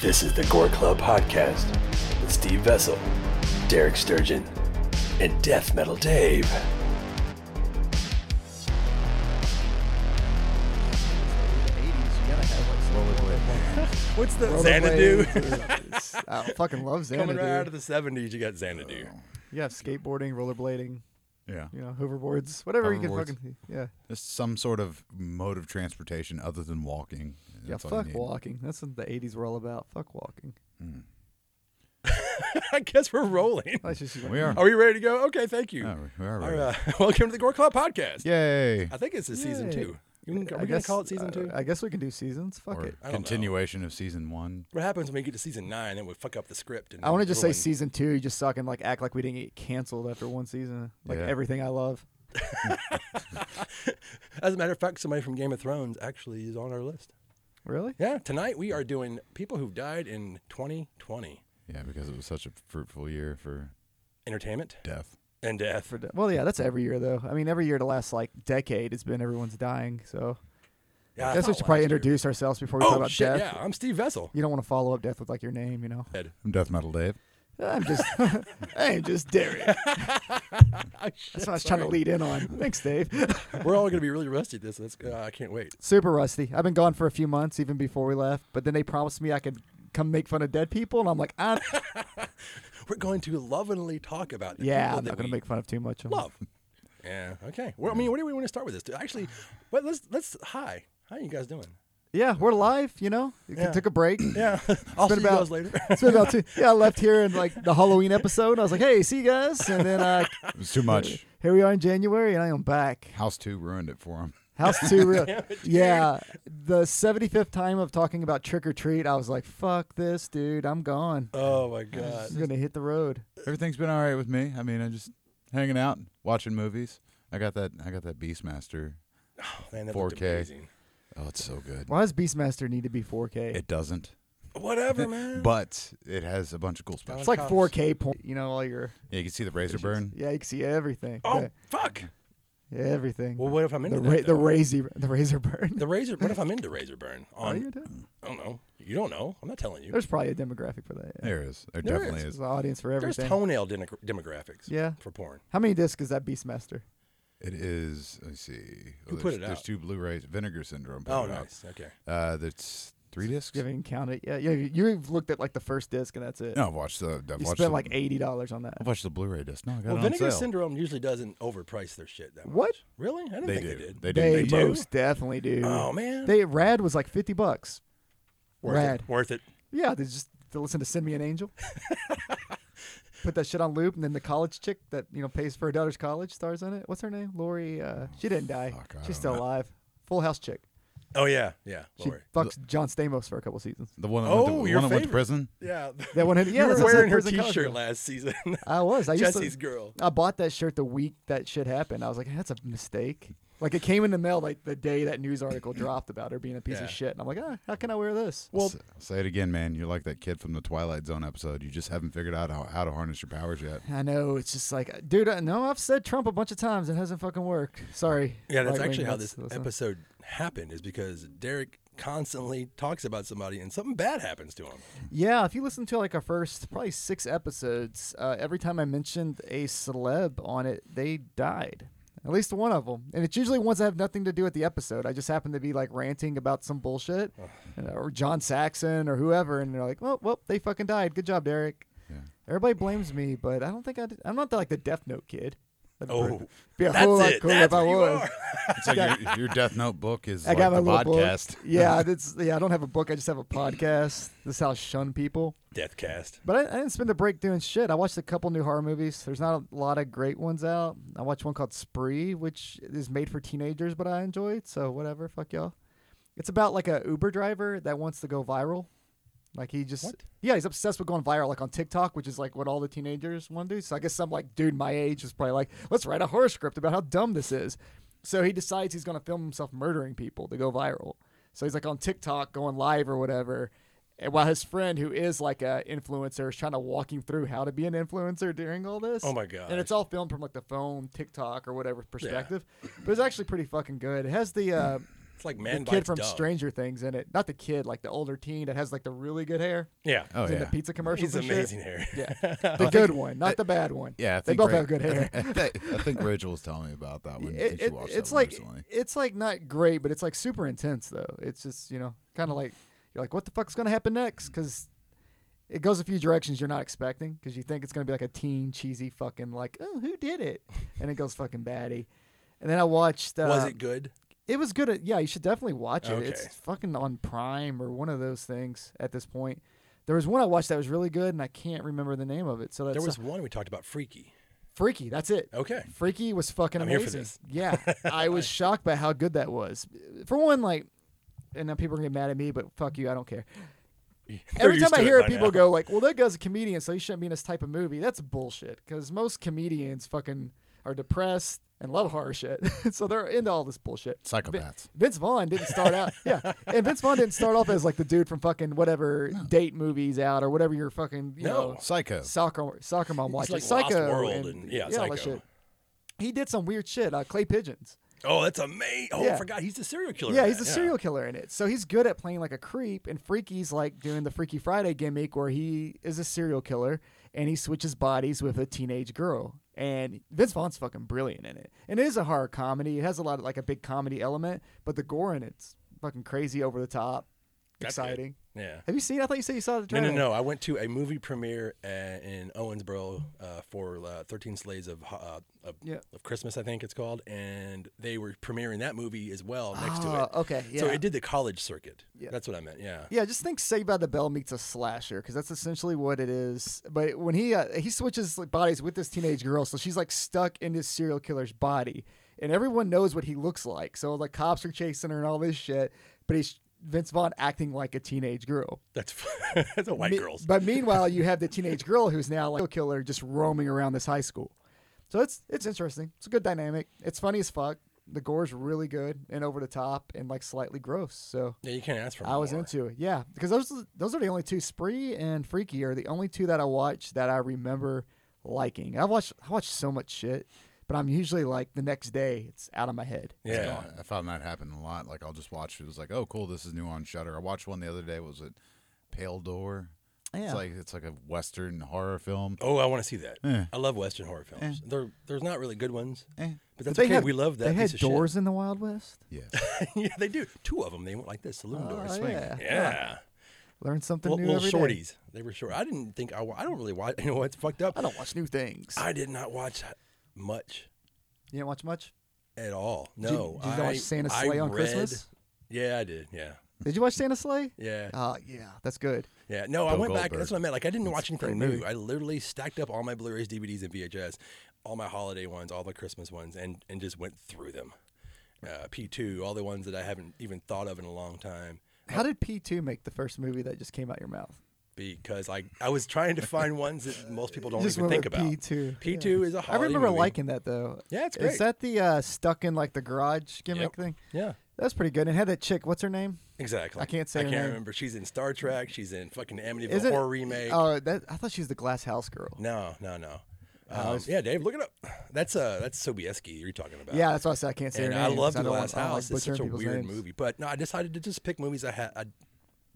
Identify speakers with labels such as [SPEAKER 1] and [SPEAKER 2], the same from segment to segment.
[SPEAKER 1] This is the Gore Club Podcast with Steve Vessel, Derek Sturgeon, and Death Metal Dave.
[SPEAKER 2] What's the
[SPEAKER 1] Xanadu.
[SPEAKER 3] Rollerblades. I fucking love Xanadu. Oh.
[SPEAKER 1] Coming right out of the 70s, you got Xanadu.
[SPEAKER 3] you have skateboarding, rollerblading,
[SPEAKER 4] Yeah.
[SPEAKER 3] you know, hoverboards, whatever you can
[SPEAKER 4] Hoverboards.
[SPEAKER 3] fucking. Yeah.
[SPEAKER 4] Just some sort of mode of transportation other than walking. That's
[SPEAKER 3] yeah,
[SPEAKER 4] all you
[SPEAKER 3] fuck
[SPEAKER 4] need.
[SPEAKER 3] walking. That's what the 80s were all about. Fuck walking.
[SPEAKER 1] I guess we're rolling.
[SPEAKER 3] That's just
[SPEAKER 4] We are.
[SPEAKER 1] Are we ready to go? Okay, thank you.
[SPEAKER 4] Yeah, we are
[SPEAKER 3] Uh,
[SPEAKER 1] All
[SPEAKER 4] ready.
[SPEAKER 1] right, welcome to the Gore Club Podcast.
[SPEAKER 4] Yay.
[SPEAKER 1] I think it's the season
[SPEAKER 3] Yay.
[SPEAKER 1] two. You can- Are
[SPEAKER 3] I
[SPEAKER 1] we going to
[SPEAKER 3] guess- uh,
[SPEAKER 1] call it season two?
[SPEAKER 3] I, I guess we can do seasons. Fuck
[SPEAKER 4] Or
[SPEAKER 3] it.
[SPEAKER 1] I don't know.
[SPEAKER 4] continuation of season one.
[SPEAKER 1] what happens when we get to season nine? Then we fuck up the script. And
[SPEAKER 3] I want to just say
[SPEAKER 1] ruin-
[SPEAKER 3] season two, you just suck and like act like we didn't get canceled after one season. Like
[SPEAKER 4] Yeah.
[SPEAKER 3] everything I love.
[SPEAKER 1] As a matter of fact, somebody from Game of Thrones actually is on our list.
[SPEAKER 3] Really?
[SPEAKER 1] Yeah, tonight we are doing people who've died in 2020
[SPEAKER 4] Yeah, because it was such a fruitful year for
[SPEAKER 1] entertainment
[SPEAKER 4] death.
[SPEAKER 1] and death.
[SPEAKER 3] For de- well, yeah, that's every year though. I mean, every year the last like decade has been everyone's dying. So
[SPEAKER 1] Yeah,
[SPEAKER 3] I guess
[SPEAKER 1] thought
[SPEAKER 3] we should probably
[SPEAKER 1] last year-
[SPEAKER 3] introduce ourselves before we talk
[SPEAKER 1] Oh
[SPEAKER 3] about
[SPEAKER 1] shit!
[SPEAKER 3] death.
[SPEAKER 1] Yeah, I'm Steve Vessel.
[SPEAKER 3] You don't want to follow up death with like your name, you know.
[SPEAKER 1] Head.
[SPEAKER 4] I'm Death Metal Dave.
[SPEAKER 3] I'm just, I'm just Derek. That's what I was trying to lead in on. Thanks, Dave.
[SPEAKER 1] We're all gonna be really rusty. at This, that's, uh, I can't wait.
[SPEAKER 3] Super rusty. I've been gone for a few months, even before we left. But then they promised me I could come make fun of dead people, and I'm like, "Ah, i
[SPEAKER 1] We're going to lovingly talk about the
[SPEAKER 3] yeah,
[SPEAKER 1] people
[SPEAKER 3] I'm
[SPEAKER 1] that
[SPEAKER 3] not gonna
[SPEAKER 1] we
[SPEAKER 3] make fun of too much. of 'em.
[SPEAKER 1] love. yeah. Okay. Well, I mean, where do we want to start with this? Actually, well, let's let's hi. How you guys doing?
[SPEAKER 3] Yeah, we're live. You know, we
[SPEAKER 1] Yeah.
[SPEAKER 3] took a break.
[SPEAKER 1] Yeah. I'll see
[SPEAKER 3] been
[SPEAKER 1] you
[SPEAKER 3] about-
[SPEAKER 1] guys later.
[SPEAKER 3] It's been about two. Yeah, I left here in like the Halloween episode. I was like, hey, see you guys, and then uh,
[SPEAKER 4] It was too much.
[SPEAKER 3] here we are in January, and I am back.
[SPEAKER 4] House 2 ruined it for him.
[SPEAKER 3] House two, real. yeah. The seventy fifth time of talking about trick or treat, I was like, "Fuck this, dude! I'm gone.
[SPEAKER 1] oh my god.
[SPEAKER 3] I'm gonna hit the road."
[SPEAKER 4] Everything's been all right with me. I mean, I'm just hanging out, watching movies. I got that I got that Beastmaster.
[SPEAKER 1] Man, that looked
[SPEAKER 4] 4K.
[SPEAKER 1] amazing.
[SPEAKER 4] Oh, it's so good.
[SPEAKER 3] Why does Beastmaster need to be 4K?
[SPEAKER 4] It doesn't.
[SPEAKER 1] Whatever, man.
[SPEAKER 4] But it has a bunch of cool specials.
[SPEAKER 3] it's like 4K point. You know, all your
[SPEAKER 4] Yeah, you can see the razor burn.
[SPEAKER 3] yeah, you can see everything.
[SPEAKER 1] oh
[SPEAKER 3] Yeah,
[SPEAKER 1] fuck.
[SPEAKER 3] yeah, everything.
[SPEAKER 1] Well, what if I'm into
[SPEAKER 3] the
[SPEAKER 1] that,
[SPEAKER 3] ra- the
[SPEAKER 1] though?
[SPEAKER 3] razor the razor burn.
[SPEAKER 1] The razor. What if I'm into razor burn?
[SPEAKER 3] Are
[SPEAKER 1] On
[SPEAKER 3] you doing?
[SPEAKER 1] I don't know. You don't know. I'm not telling you.
[SPEAKER 3] There's probably a demographic for that. Yeah.
[SPEAKER 4] There is. There,
[SPEAKER 1] There
[SPEAKER 4] definitely
[SPEAKER 1] is.
[SPEAKER 3] There's
[SPEAKER 4] is.
[SPEAKER 3] an audience for
[SPEAKER 1] There's
[SPEAKER 3] everything.
[SPEAKER 1] toenail demo- demographics.
[SPEAKER 3] Yeah.
[SPEAKER 1] For porn.
[SPEAKER 3] How many discs is that Beastmaster?
[SPEAKER 4] It is. Let me see.
[SPEAKER 1] Who
[SPEAKER 4] there's,
[SPEAKER 1] put it
[SPEAKER 4] There's
[SPEAKER 1] out?
[SPEAKER 4] two Blu-rays. Vinegar Syndrome. put
[SPEAKER 1] Oh,
[SPEAKER 4] it out.
[SPEAKER 1] nice. Okay.
[SPEAKER 4] Uh, that's three discs.
[SPEAKER 3] You haven't even counted. Yeah, yeah. you- You've looked at like the first disc and that's it.
[SPEAKER 4] No, I've watched the. I've
[SPEAKER 3] you spent
[SPEAKER 4] watched the,
[SPEAKER 3] like eighty dollars on that.
[SPEAKER 4] I've watched the Blu-ray disc. No, I got
[SPEAKER 1] Well,
[SPEAKER 4] it on
[SPEAKER 1] Vinegar
[SPEAKER 4] sale.
[SPEAKER 1] Syndrome usually doesn't overprice their shit that much.
[SPEAKER 3] What?
[SPEAKER 1] Really? I didn't
[SPEAKER 4] They
[SPEAKER 1] think
[SPEAKER 4] do.
[SPEAKER 1] they did.
[SPEAKER 4] They do.
[SPEAKER 3] They,
[SPEAKER 4] do.
[SPEAKER 3] most definitely do.
[SPEAKER 1] Oh man.
[SPEAKER 3] They Rad was like fifty bucks.
[SPEAKER 1] Worth
[SPEAKER 3] Rad.
[SPEAKER 1] It. Worth it.
[SPEAKER 3] Yeah, they just to listen to "Send Me an Angel." Put that shit on loop, and then the college chick that you know pays for her daughter's college stars in it. What's her name? Lori. Uh, she didn't die.
[SPEAKER 4] fuck, I
[SPEAKER 3] She's
[SPEAKER 4] don't
[SPEAKER 3] still
[SPEAKER 4] know.
[SPEAKER 3] alive. Full House chick.
[SPEAKER 1] Oh yeah. Yeah.
[SPEAKER 3] She
[SPEAKER 1] Lord.
[SPEAKER 3] fucks John Stamos for a couple seasons.
[SPEAKER 4] The one that
[SPEAKER 1] Oh,
[SPEAKER 4] went to, the
[SPEAKER 1] your
[SPEAKER 4] one that went to
[SPEAKER 1] favorite.
[SPEAKER 4] prison.
[SPEAKER 1] Yeah.
[SPEAKER 3] That one. Yeah,
[SPEAKER 1] you
[SPEAKER 3] that's
[SPEAKER 1] were
[SPEAKER 3] what I said,
[SPEAKER 1] wearing her
[SPEAKER 3] prison college
[SPEAKER 1] T-shirt
[SPEAKER 3] girl.
[SPEAKER 1] last season.
[SPEAKER 3] I was. I used
[SPEAKER 1] Jesse's
[SPEAKER 3] to,
[SPEAKER 1] girl.
[SPEAKER 3] I bought that shirt the week that shit happened. I was like, that's a mistake. Like it came in the mail like the day that news article dropped about her being a piece
[SPEAKER 1] Yeah.
[SPEAKER 3] of shit, and I'm like, ah, how can I wear this?
[SPEAKER 1] Well,
[SPEAKER 4] S- say it again, man. You're like that kid from the Twilight Zone episode. You just haven't figured out how, how to harness your powers yet.
[SPEAKER 3] I know it's just like, dude. I, no, I've said Trump a bunch of times. It hasn't fucking worked. Sorry.
[SPEAKER 1] yeah. That's
[SPEAKER 3] right-wing,
[SPEAKER 1] actually how
[SPEAKER 3] that's-
[SPEAKER 1] this
[SPEAKER 3] that's not-
[SPEAKER 1] episode happened. Is because Derek constantly talks about somebody and something bad happens to him.
[SPEAKER 3] Yeah, if you listen to like our first probably six episodes, uh, every time I mentioned a celeb on it, they died. At least one of them, and it's usually ones that have nothing to do with the episode. I just happen to be like ranting about some bullshit, uh, or John Saxon or whoever, and they're like, "Well, well, they fucking died. Good job, Derek."
[SPEAKER 4] Yeah.
[SPEAKER 3] Everybody blames me, but I don't think I did. I'm not the, like the Death Note kid. That'd be
[SPEAKER 1] Oh,
[SPEAKER 3] pretty- be a
[SPEAKER 1] that's
[SPEAKER 3] whole lot
[SPEAKER 1] it.
[SPEAKER 3] cooler
[SPEAKER 1] that's
[SPEAKER 3] if I
[SPEAKER 1] who you
[SPEAKER 3] was.
[SPEAKER 1] are.
[SPEAKER 4] It's like your, your Death Note book is
[SPEAKER 3] I
[SPEAKER 4] like
[SPEAKER 3] got my
[SPEAKER 4] the
[SPEAKER 3] little book.
[SPEAKER 4] podcast.
[SPEAKER 3] Yeah, that's yeah. I don't have a book. I just have a podcast. This is how I shun people.
[SPEAKER 1] Death cast.
[SPEAKER 3] But I, I didn't spend the break doing shit. I watched a couple new horror movies. There's not a lot of great ones out. I watched one called Spree, which is made for teenagers, but I enjoyed. So whatever, fuck y'all. It's about like a Uber driver that wants to go viral. Like he just
[SPEAKER 1] What?
[SPEAKER 3] yeah, he's obsessed with going viral, like on TikTok, which is like what all the teenagers want to do. So I guess some like dude my age was probably like, let's write a horror script about how dumb this is. So he decides he's gonna film himself murdering people to go viral. So he's like on TikTok going live or whatever. And while his friend, who is like a influencer, is trying to walk him through how to be an influencer during all this.
[SPEAKER 1] Oh my
[SPEAKER 3] And it's
[SPEAKER 1] gosh.
[SPEAKER 3] all filmed from like the phone, TikTok, or whatever perspective. But it's actually pretty fucking good. It has the uh,
[SPEAKER 1] It's like man
[SPEAKER 3] the kid
[SPEAKER 1] bites
[SPEAKER 3] from
[SPEAKER 1] dog.
[SPEAKER 3] Stranger Things in it. Not the kid, like the older teen that has like the really good hair.
[SPEAKER 1] Yeah.
[SPEAKER 4] Oh
[SPEAKER 3] He's in
[SPEAKER 4] yeah.
[SPEAKER 3] the pizza commercials.
[SPEAKER 1] He's
[SPEAKER 3] and shit.
[SPEAKER 1] amazing here.
[SPEAKER 3] Yeah, the good one, not the bad one.
[SPEAKER 4] yeah, I
[SPEAKER 3] they
[SPEAKER 4] think
[SPEAKER 3] both
[SPEAKER 4] Ra-
[SPEAKER 3] have good hair.
[SPEAKER 4] I think, I think Rachel was telling me about that one.
[SPEAKER 3] It-
[SPEAKER 4] she
[SPEAKER 3] it-
[SPEAKER 4] watched
[SPEAKER 3] it's
[SPEAKER 4] that one
[SPEAKER 3] like
[SPEAKER 4] recently.
[SPEAKER 3] it's like not great, but it's like super intense though. It's just you know kind of like you're like, what the fuck's gonna happen next? Because it goes a few directions you're not expecting because you think it's gonna be like a teen cheesy fucking like, oh who did it, and it goes fucking batty. And then I watched. Uh,
[SPEAKER 1] Was it good?
[SPEAKER 3] It was good. At, yeah, you should definitely watch it.
[SPEAKER 1] Okay.
[SPEAKER 3] It's fucking on Prime or one of those things at this point. There was one I watched that was really good, and I can't remember the name of it. So that's uh,
[SPEAKER 1] There was one we talked about, Freaky.
[SPEAKER 3] Freaky. That's it.
[SPEAKER 1] Okay.
[SPEAKER 3] Freaky was fucking
[SPEAKER 1] I'm here
[SPEAKER 3] amazing.
[SPEAKER 1] for this.
[SPEAKER 3] Yeah, I was shocked by how good that was. For one, like, and now people are gonna get mad at me, but fuck you, I don't care.
[SPEAKER 1] They're
[SPEAKER 3] Every
[SPEAKER 1] used
[SPEAKER 3] time I
[SPEAKER 1] to it
[SPEAKER 3] hear
[SPEAKER 1] by
[SPEAKER 3] it, people
[SPEAKER 1] now.
[SPEAKER 3] go like, "Well, that guy's a comedian, so he shouldn't be in this type of movie." That's bullshit. Because most comedians fucking are depressed and love horror shit, so they're into all this bullshit.
[SPEAKER 4] Psychopaths.
[SPEAKER 3] Vince Vaughn didn't start out, yeah, and Vince Vaughn didn't start off as like the dude from fucking whatever date movies out or whatever your fucking you
[SPEAKER 1] No.
[SPEAKER 3] know
[SPEAKER 4] Psycho.
[SPEAKER 3] soccer soccer mom watches
[SPEAKER 1] like Lost
[SPEAKER 3] Psycho
[SPEAKER 1] World and- yeah,
[SPEAKER 3] all that
[SPEAKER 1] Psycho.
[SPEAKER 3] shit. He did some weird shit. Uh, clay pigeons.
[SPEAKER 1] Oh, that's amazing. Oh, I
[SPEAKER 3] Yeah.
[SPEAKER 1] forgot. He's the serial killer. in
[SPEAKER 3] Yeah, he's a
[SPEAKER 1] that.
[SPEAKER 3] serial killer in it, so he's good at playing like a creep. And Freaky's like doing the Freaky Friday gimmick, where he is a serial killer and he switches bodies with a teenage girl. And Vince Vaughn's fucking brilliant in it, and it is a horror comedy. It has a lot of like a big comedy element, but the gore in it's fucking crazy, over the top,
[SPEAKER 1] That's good.
[SPEAKER 3] exciting.
[SPEAKER 1] Yeah.
[SPEAKER 3] Have you seen? I thought you said you saw the
[SPEAKER 1] No,
[SPEAKER 3] trailer.
[SPEAKER 1] no, no. I went to a movie premiere uh, in Owensboro uh, for uh, 13 Slays of, uh, of,
[SPEAKER 3] Yeah.
[SPEAKER 1] of Christmas, I think it's called. And they were premiering that movie as well next
[SPEAKER 3] Ah,
[SPEAKER 1] to it.
[SPEAKER 3] okay,
[SPEAKER 1] So
[SPEAKER 3] yeah.
[SPEAKER 1] it did the college circuit.
[SPEAKER 3] Yeah.
[SPEAKER 1] That's what I meant. Yeah.
[SPEAKER 3] Yeah, just think Saved by the Bell meets a slasher because that's essentially what it is. But when he uh, he switches like, bodies with this teenage girl, so she's like stuck in this serial killer's body, and everyone knows what he looks like. So like cops are chasing her and all this shit, but he's Vince Vaughn acting like a teenage girl.
[SPEAKER 1] That's, that's a white
[SPEAKER 3] Me-
[SPEAKER 1] girl's.
[SPEAKER 3] But meanwhile, you have the teenage girl who's now like a killer just roaming around this high school. So it's it's interesting. It's a good dynamic. It's funny as fuck. The gore's really good and over the top and like slightly gross. So
[SPEAKER 1] Yeah, you can't ask for
[SPEAKER 3] I was
[SPEAKER 1] more.
[SPEAKER 3] into it, yeah, because those those are the only two. Spree and Freaky are the only two that I watched that I remember liking. I watched I watched so much shit, but I'm usually like the next day it's out of my head.
[SPEAKER 4] It's
[SPEAKER 1] Yeah.
[SPEAKER 4] gone. I found that happen a lot. Like I'll just watch it. It's like, oh, cool, this is new on Shutter. I watched one the other day. Was it Pale Door?
[SPEAKER 3] Yeah.
[SPEAKER 4] It's like it's like a western horror film.
[SPEAKER 1] Oh, I want to see that. I love Western horror films.
[SPEAKER 3] Eh.
[SPEAKER 1] There, there's not really good ones, Eh, but that's
[SPEAKER 3] they
[SPEAKER 1] okay.
[SPEAKER 3] had-
[SPEAKER 1] we love that.
[SPEAKER 3] They had
[SPEAKER 1] piece of
[SPEAKER 3] doors in the Wild West.
[SPEAKER 4] Yeah.
[SPEAKER 1] Shit. yeah, they do. Two of them. They went like this saloon doors.
[SPEAKER 3] Oh, yeah.
[SPEAKER 1] Yeah.
[SPEAKER 3] Learn something
[SPEAKER 1] Little,
[SPEAKER 3] new
[SPEAKER 1] little
[SPEAKER 3] every day.
[SPEAKER 1] shorties. They were short. I didn't think I. wa- I don't really watch. You know what's fucked up?
[SPEAKER 3] I don't watch new things.
[SPEAKER 1] I did not watch much
[SPEAKER 3] you didn't watch much.
[SPEAKER 1] at all.
[SPEAKER 3] Did you-
[SPEAKER 1] No.
[SPEAKER 3] did you
[SPEAKER 1] I,
[SPEAKER 3] watch Santa
[SPEAKER 1] I
[SPEAKER 3] Slay on
[SPEAKER 1] read-
[SPEAKER 3] Christmas?
[SPEAKER 1] Yeah, I did. Yeah.
[SPEAKER 3] Did you watch Santa Slay?
[SPEAKER 1] Yeah.
[SPEAKER 3] Uh, yeah, that's good.
[SPEAKER 1] Yeah, no, I
[SPEAKER 4] Bill
[SPEAKER 1] went back.
[SPEAKER 4] Goldberg.
[SPEAKER 1] That's what I meant. Like, I didn't watch anything
[SPEAKER 3] great
[SPEAKER 1] new.
[SPEAKER 3] movie.
[SPEAKER 1] I literally stacked up all my Blu-rays, DVDs, and VHS, all my holiday ones, all the Christmas ones, and and just went through them. Uh, P two, all the ones that I haven't even thought of in a long time,
[SPEAKER 3] How did P two make the first movie that just came out your mouth?
[SPEAKER 1] because I I was trying to find ones that most people don't
[SPEAKER 3] Just
[SPEAKER 1] even think
[SPEAKER 3] went with
[SPEAKER 1] about.
[SPEAKER 3] P2.
[SPEAKER 1] P two is a
[SPEAKER 3] I
[SPEAKER 1] holiday.
[SPEAKER 3] remember
[SPEAKER 1] movie.
[SPEAKER 3] liking that though.
[SPEAKER 1] Yeah, it's great.
[SPEAKER 3] Is that the uh, stuck in like the garage gimmick
[SPEAKER 1] Yep.
[SPEAKER 3] thing?
[SPEAKER 1] Yeah,
[SPEAKER 3] That's pretty good. And had that chick. What's her name?
[SPEAKER 1] exactly.
[SPEAKER 3] I can't say
[SPEAKER 1] I
[SPEAKER 3] her
[SPEAKER 1] can't
[SPEAKER 3] name.
[SPEAKER 1] remember. She's in Star Trek. She's in fucking Amityville
[SPEAKER 3] Is it
[SPEAKER 1] Horror remake.
[SPEAKER 3] Oh, that I thought she was the Glass House girl.
[SPEAKER 1] no, no, no. Um, yeah, Dave, look it up. That's uh, that's Sobieski you're talking about.
[SPEAKER 3] Yeah, that's why I said I can't say
[SPEAKER 1] and
[SPEAKER 3] her
[SPEAKER 1] I
[SPEAKER 3] name.
[SPEAKER 1] love
[SPEAKER 3] 'cause
[SPEAKER 1] The
[SPEAKER 3] don't
[SPEAKER 1] Last
[SPEAKER 3] wanna- I don't like
[SPEAKER 1] House. it's such a
[SPEAKER 3] butchering people's
[SPEAKER 1] weird
[SPEAKER 3] names.
[SPEAKER 1] movie, but no, I decided to just pick movies I had. I,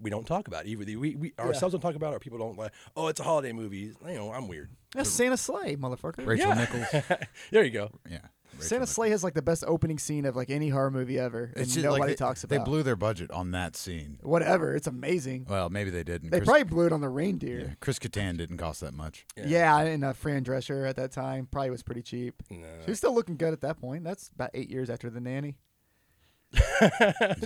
[SPEAKER 1] we don't talk about either. We, we ourselves don't talk about, it, or people don't like. Oh, it's a holiday movie. You know, I'm weird.
[SPEAKER 3] That's Santa Slay, motherfucker.
[SPEAKER 4] Rachel
[SPEAKER 1] Yeah.
[SPEAKER 4] Nichols. Yeah.
[SPEAKER 1] There you go.
[SPEAKER 4] Rachel
[SPEAKER 3] Santa
[SPEAKER 4] Nichols.
[SPEAKER 3] Slay has like the best opening scene of like any horror movie ever, and
[SPEAKER 4] It's just
[SPEAKER 3] nobody
[SPEAKER 4] like they,
[SPEAKER 3] talks about.
[SPEAKER 4] They blew their budget on that scene.
[SPEAKER 3] whatever. It's amazing.
[SPEAKER 1] Oh,
[SPEAKER 4] Well, maybe they didn't.
[SPEAKER 3] They
[SPEAKER 4] Chris,
[SPEAKER 3] probably blew it on the reindeer.
[SPEAKER 4] yeah, Chris Kattan didn't cost that much.
[SPEAKER 1] Yeah.
[SPEAKER 3] Yeah, and uh, Fran Drescher at that time probably was pretty cheap.
[SPEAKER 1] No.
[SPEAKER 3] She was still looking good at that point. That's about eight years after the nanny.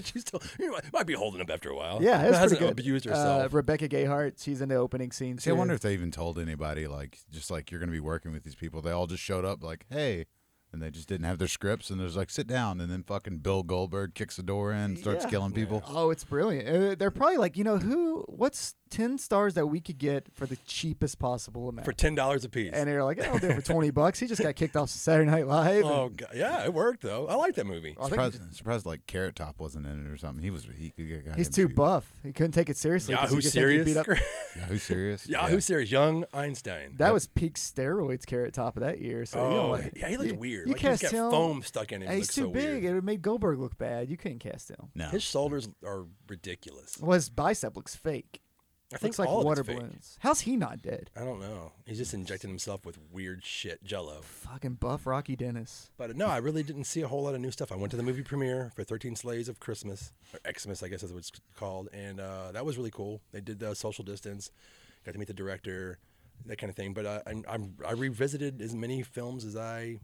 [SPEAKER 1] She's still you know, might be holding up after a while.
[SPEAKER 3] Yeah, it's
[SPEAKER 1] Oh, hasn't
[SPEAKER 3] pretty good.
[SPEAKER 1] abused
[SPEAKER 3] Uh,
[SPEAKER 1] herself.
[SPEAKER 3] Rebecca Gayhart, she's in the opening scene.
[SPEAKER 4] See, I
[SPEAKER 3] too.
[SPEAKER 4] wonder if they even told anybody, like, just like you're going to be working with these people. They all just showed up, like, hey, and they just didn't have their scripts. And there's like, sit down. And then fucking Bill Goldberg kicks the door in, starts
[SPEAKER 3] Yeah.
[SPEAKER 4] killing people.
[SPEAKER 3] Oh, it's brilliant. Uh, they're probably like, you know, who? What's ten stars that we could get for the cheapest possible amount?
[SPEAKER 1] for ten dollars a piece.
[SPEAKER 3] and they're like, oh, there for twenty bucks. He just got kicked off Saturday Night Live.
[SPEAKER 1] oh God. yeah, it worked though. I like that movie.
[SPEAKER 3] I think
[SPEAKER 4] Surprised, surprised, like Carrot Top wasn't in it or something. He was he could get
[SPEAKER 3] he's too buff. He couldn't take it seriously.
[SPEAKER 1] Yeah,
[SPEAKER 3] 'cause he
[SPEAKER 1] who's
[SPEAKER 3] just thinks he
[SPEAKER 1] serious?
[SPEAKER 3] Beat up.
[SPEAKER 4] Yahoo serious?
[SPEAKER 1] Yahoo series, Young Einstein.
[SPEAKER 3] That was peak steroids carrot top of that year. So you
[SPEAKER 1] oh,
[SPEAKER 3] don't like,
[SPEAKER 1] yeah, he looked
[SPEAKER 3] you-
[SPEAKER 1] weird.
[SPEAKER 3] You
[SPEAKER 1] like
[SPEAKER 3] cast
[SPEAKER 1] he's got
[SPEAKER 3] him.
[SPEAKER 1] foam stuck in him.
[SPEAKER 3] Hey,
[SPEAKER 1] He
[SPEAKER 3] he's
[SPEAKER 1] looks
[SPEAKER 3] too
[SPEAKER 1] so
[SPEAKER 3] big.
[SPEAKER 1] Weird.
[SPEAKER 3] It made Goldberg look bad. You couldn't cast him.
[SPEAKER 4] No.
[SPEAKER 1] His shoulders are ridiculous.
[SPEAKER 3] Well, his bicep looks fake.
[SPEAKER 1] I
[SPEAKER 3] looks
[SPEAKER 1] think
[SPEAKER 3] like
[SPEAKER 1] all of it's
[SPEAKER 3] water
[SPEAKER 1] fake.
[SPEAKER 3] balloons. How's he not dead?
[SPEAKER 1] I don't know. He's just injecting himself with weird shit, Jello.
[SPEAKER 3] Fucking buff Rocky Dennis.
[SPEAKER 1] But uh, no, I really didn't see a whole lot of new stuff. I went to the movie premiere for 13 Slaves of Christmas, or Xmas, I guess is what it's called. And uh, that was really cool. They did the social distance, got to meet the director, that kind of thing. But uh, I'm, I'm, I revisited as many films as I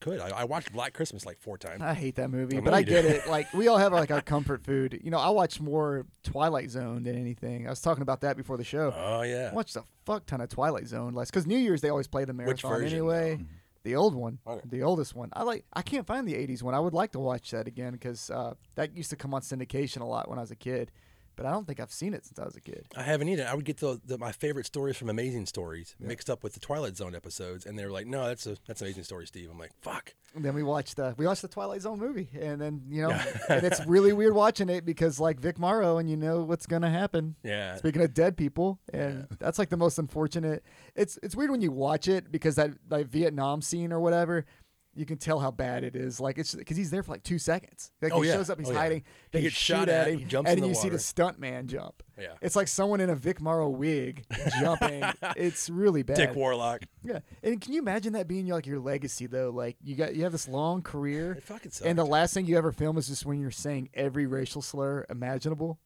[SPEAKER 1] could. I, I watched Black Christmas like four times.
[SPEAKER 3] I hate that movie,
[SPEAKER 1] I
[SPEAKER 3] but
[SPEAKER 1] know
[SPEAKER 3] I
[SPEAKER 1] you do.
[SPEAKER 3] get it. Like we all have like our comfort food. You know, I watch more Twilight Zone than anything. I was talking about that before the show.
[SPEAKER 1] Oh, yeah.
[SPEAKER 3] I watched a fuck ton of Twilight Zone last because New Year's they always play the
[SPEAKER 1] Which
[SPEAKER 3] marathon
[SPEAKER 1] version,
[SPEAKER 3] anyway. The old one,
[SPEAKER 1] Okay.
[SPEAKER 3] the oldest one. I like. I can't find the '80s one. I would like to watch that again because uh, that used to come on syndication a lot when I was a kid, but I don't think I've seen it since I was a kid.
[SPEAKER 1] I haven't either. I would get the, the my favorite stories from Amazing Stories mixed up with the Twilight Zone episodes, and they were like, "No, that's a that's Amazing Story, Steve." I'm like, "Fuck."
[SPEAKER 3] And then we watched the we watched the Twilight Zone movie, and then you know, and it's really weird watching it because like Vic Morrow, and you know what's gonna happen.
[SPEAKER 1] Yeah.
[SPEAKER 3] Speaking of dead people, and that's like the most unfortunate. It's it's weird when you watch it because that like Vietnam scene or whatever, you can tell how bad it is. Like it's because he's there for like two seconds. Like
[SPEAKER 1] Oh,
[SPEAKER 3] he
[SPEAKER 1] yeah.
[SPEAKER 3] shows up, he's
[SPEAKER 1] Oh, yeah.
[SPEAKER 3] hiding.
[SPEAKER 1] He
[SPEAKER 3] They
[SPEAKER 1] gets
[SPEAKER 3] shoot
[SPEAKER 1] shot at,
[SPEAKER 3] him,
[SPEAKER 1] he jumps
[SPEAKER 3] and
[SPEAKER 1] in
[SPEAKER 3] then you
[SPEAKER 1] the
[SPEAKER 3] see the
[SPEAKER 1] water.
[SPEAKER 3] stunt man jump.
[SPEAKER 1] Yeah.
[SPEAKER 3] it's like someone in a Vic Morrow wig jumping. It's really bad.
[SPEAKER 1] Dick Warlock.
[SPEAKER 3] Yeah, and can you imagine that being like your legacy though? Like you got you have this long career,
[SPEAKER 1] It fucking sucked.
[SPEAKER 3] and the last thing you ever film is just when you're saying every racial slur imaginable.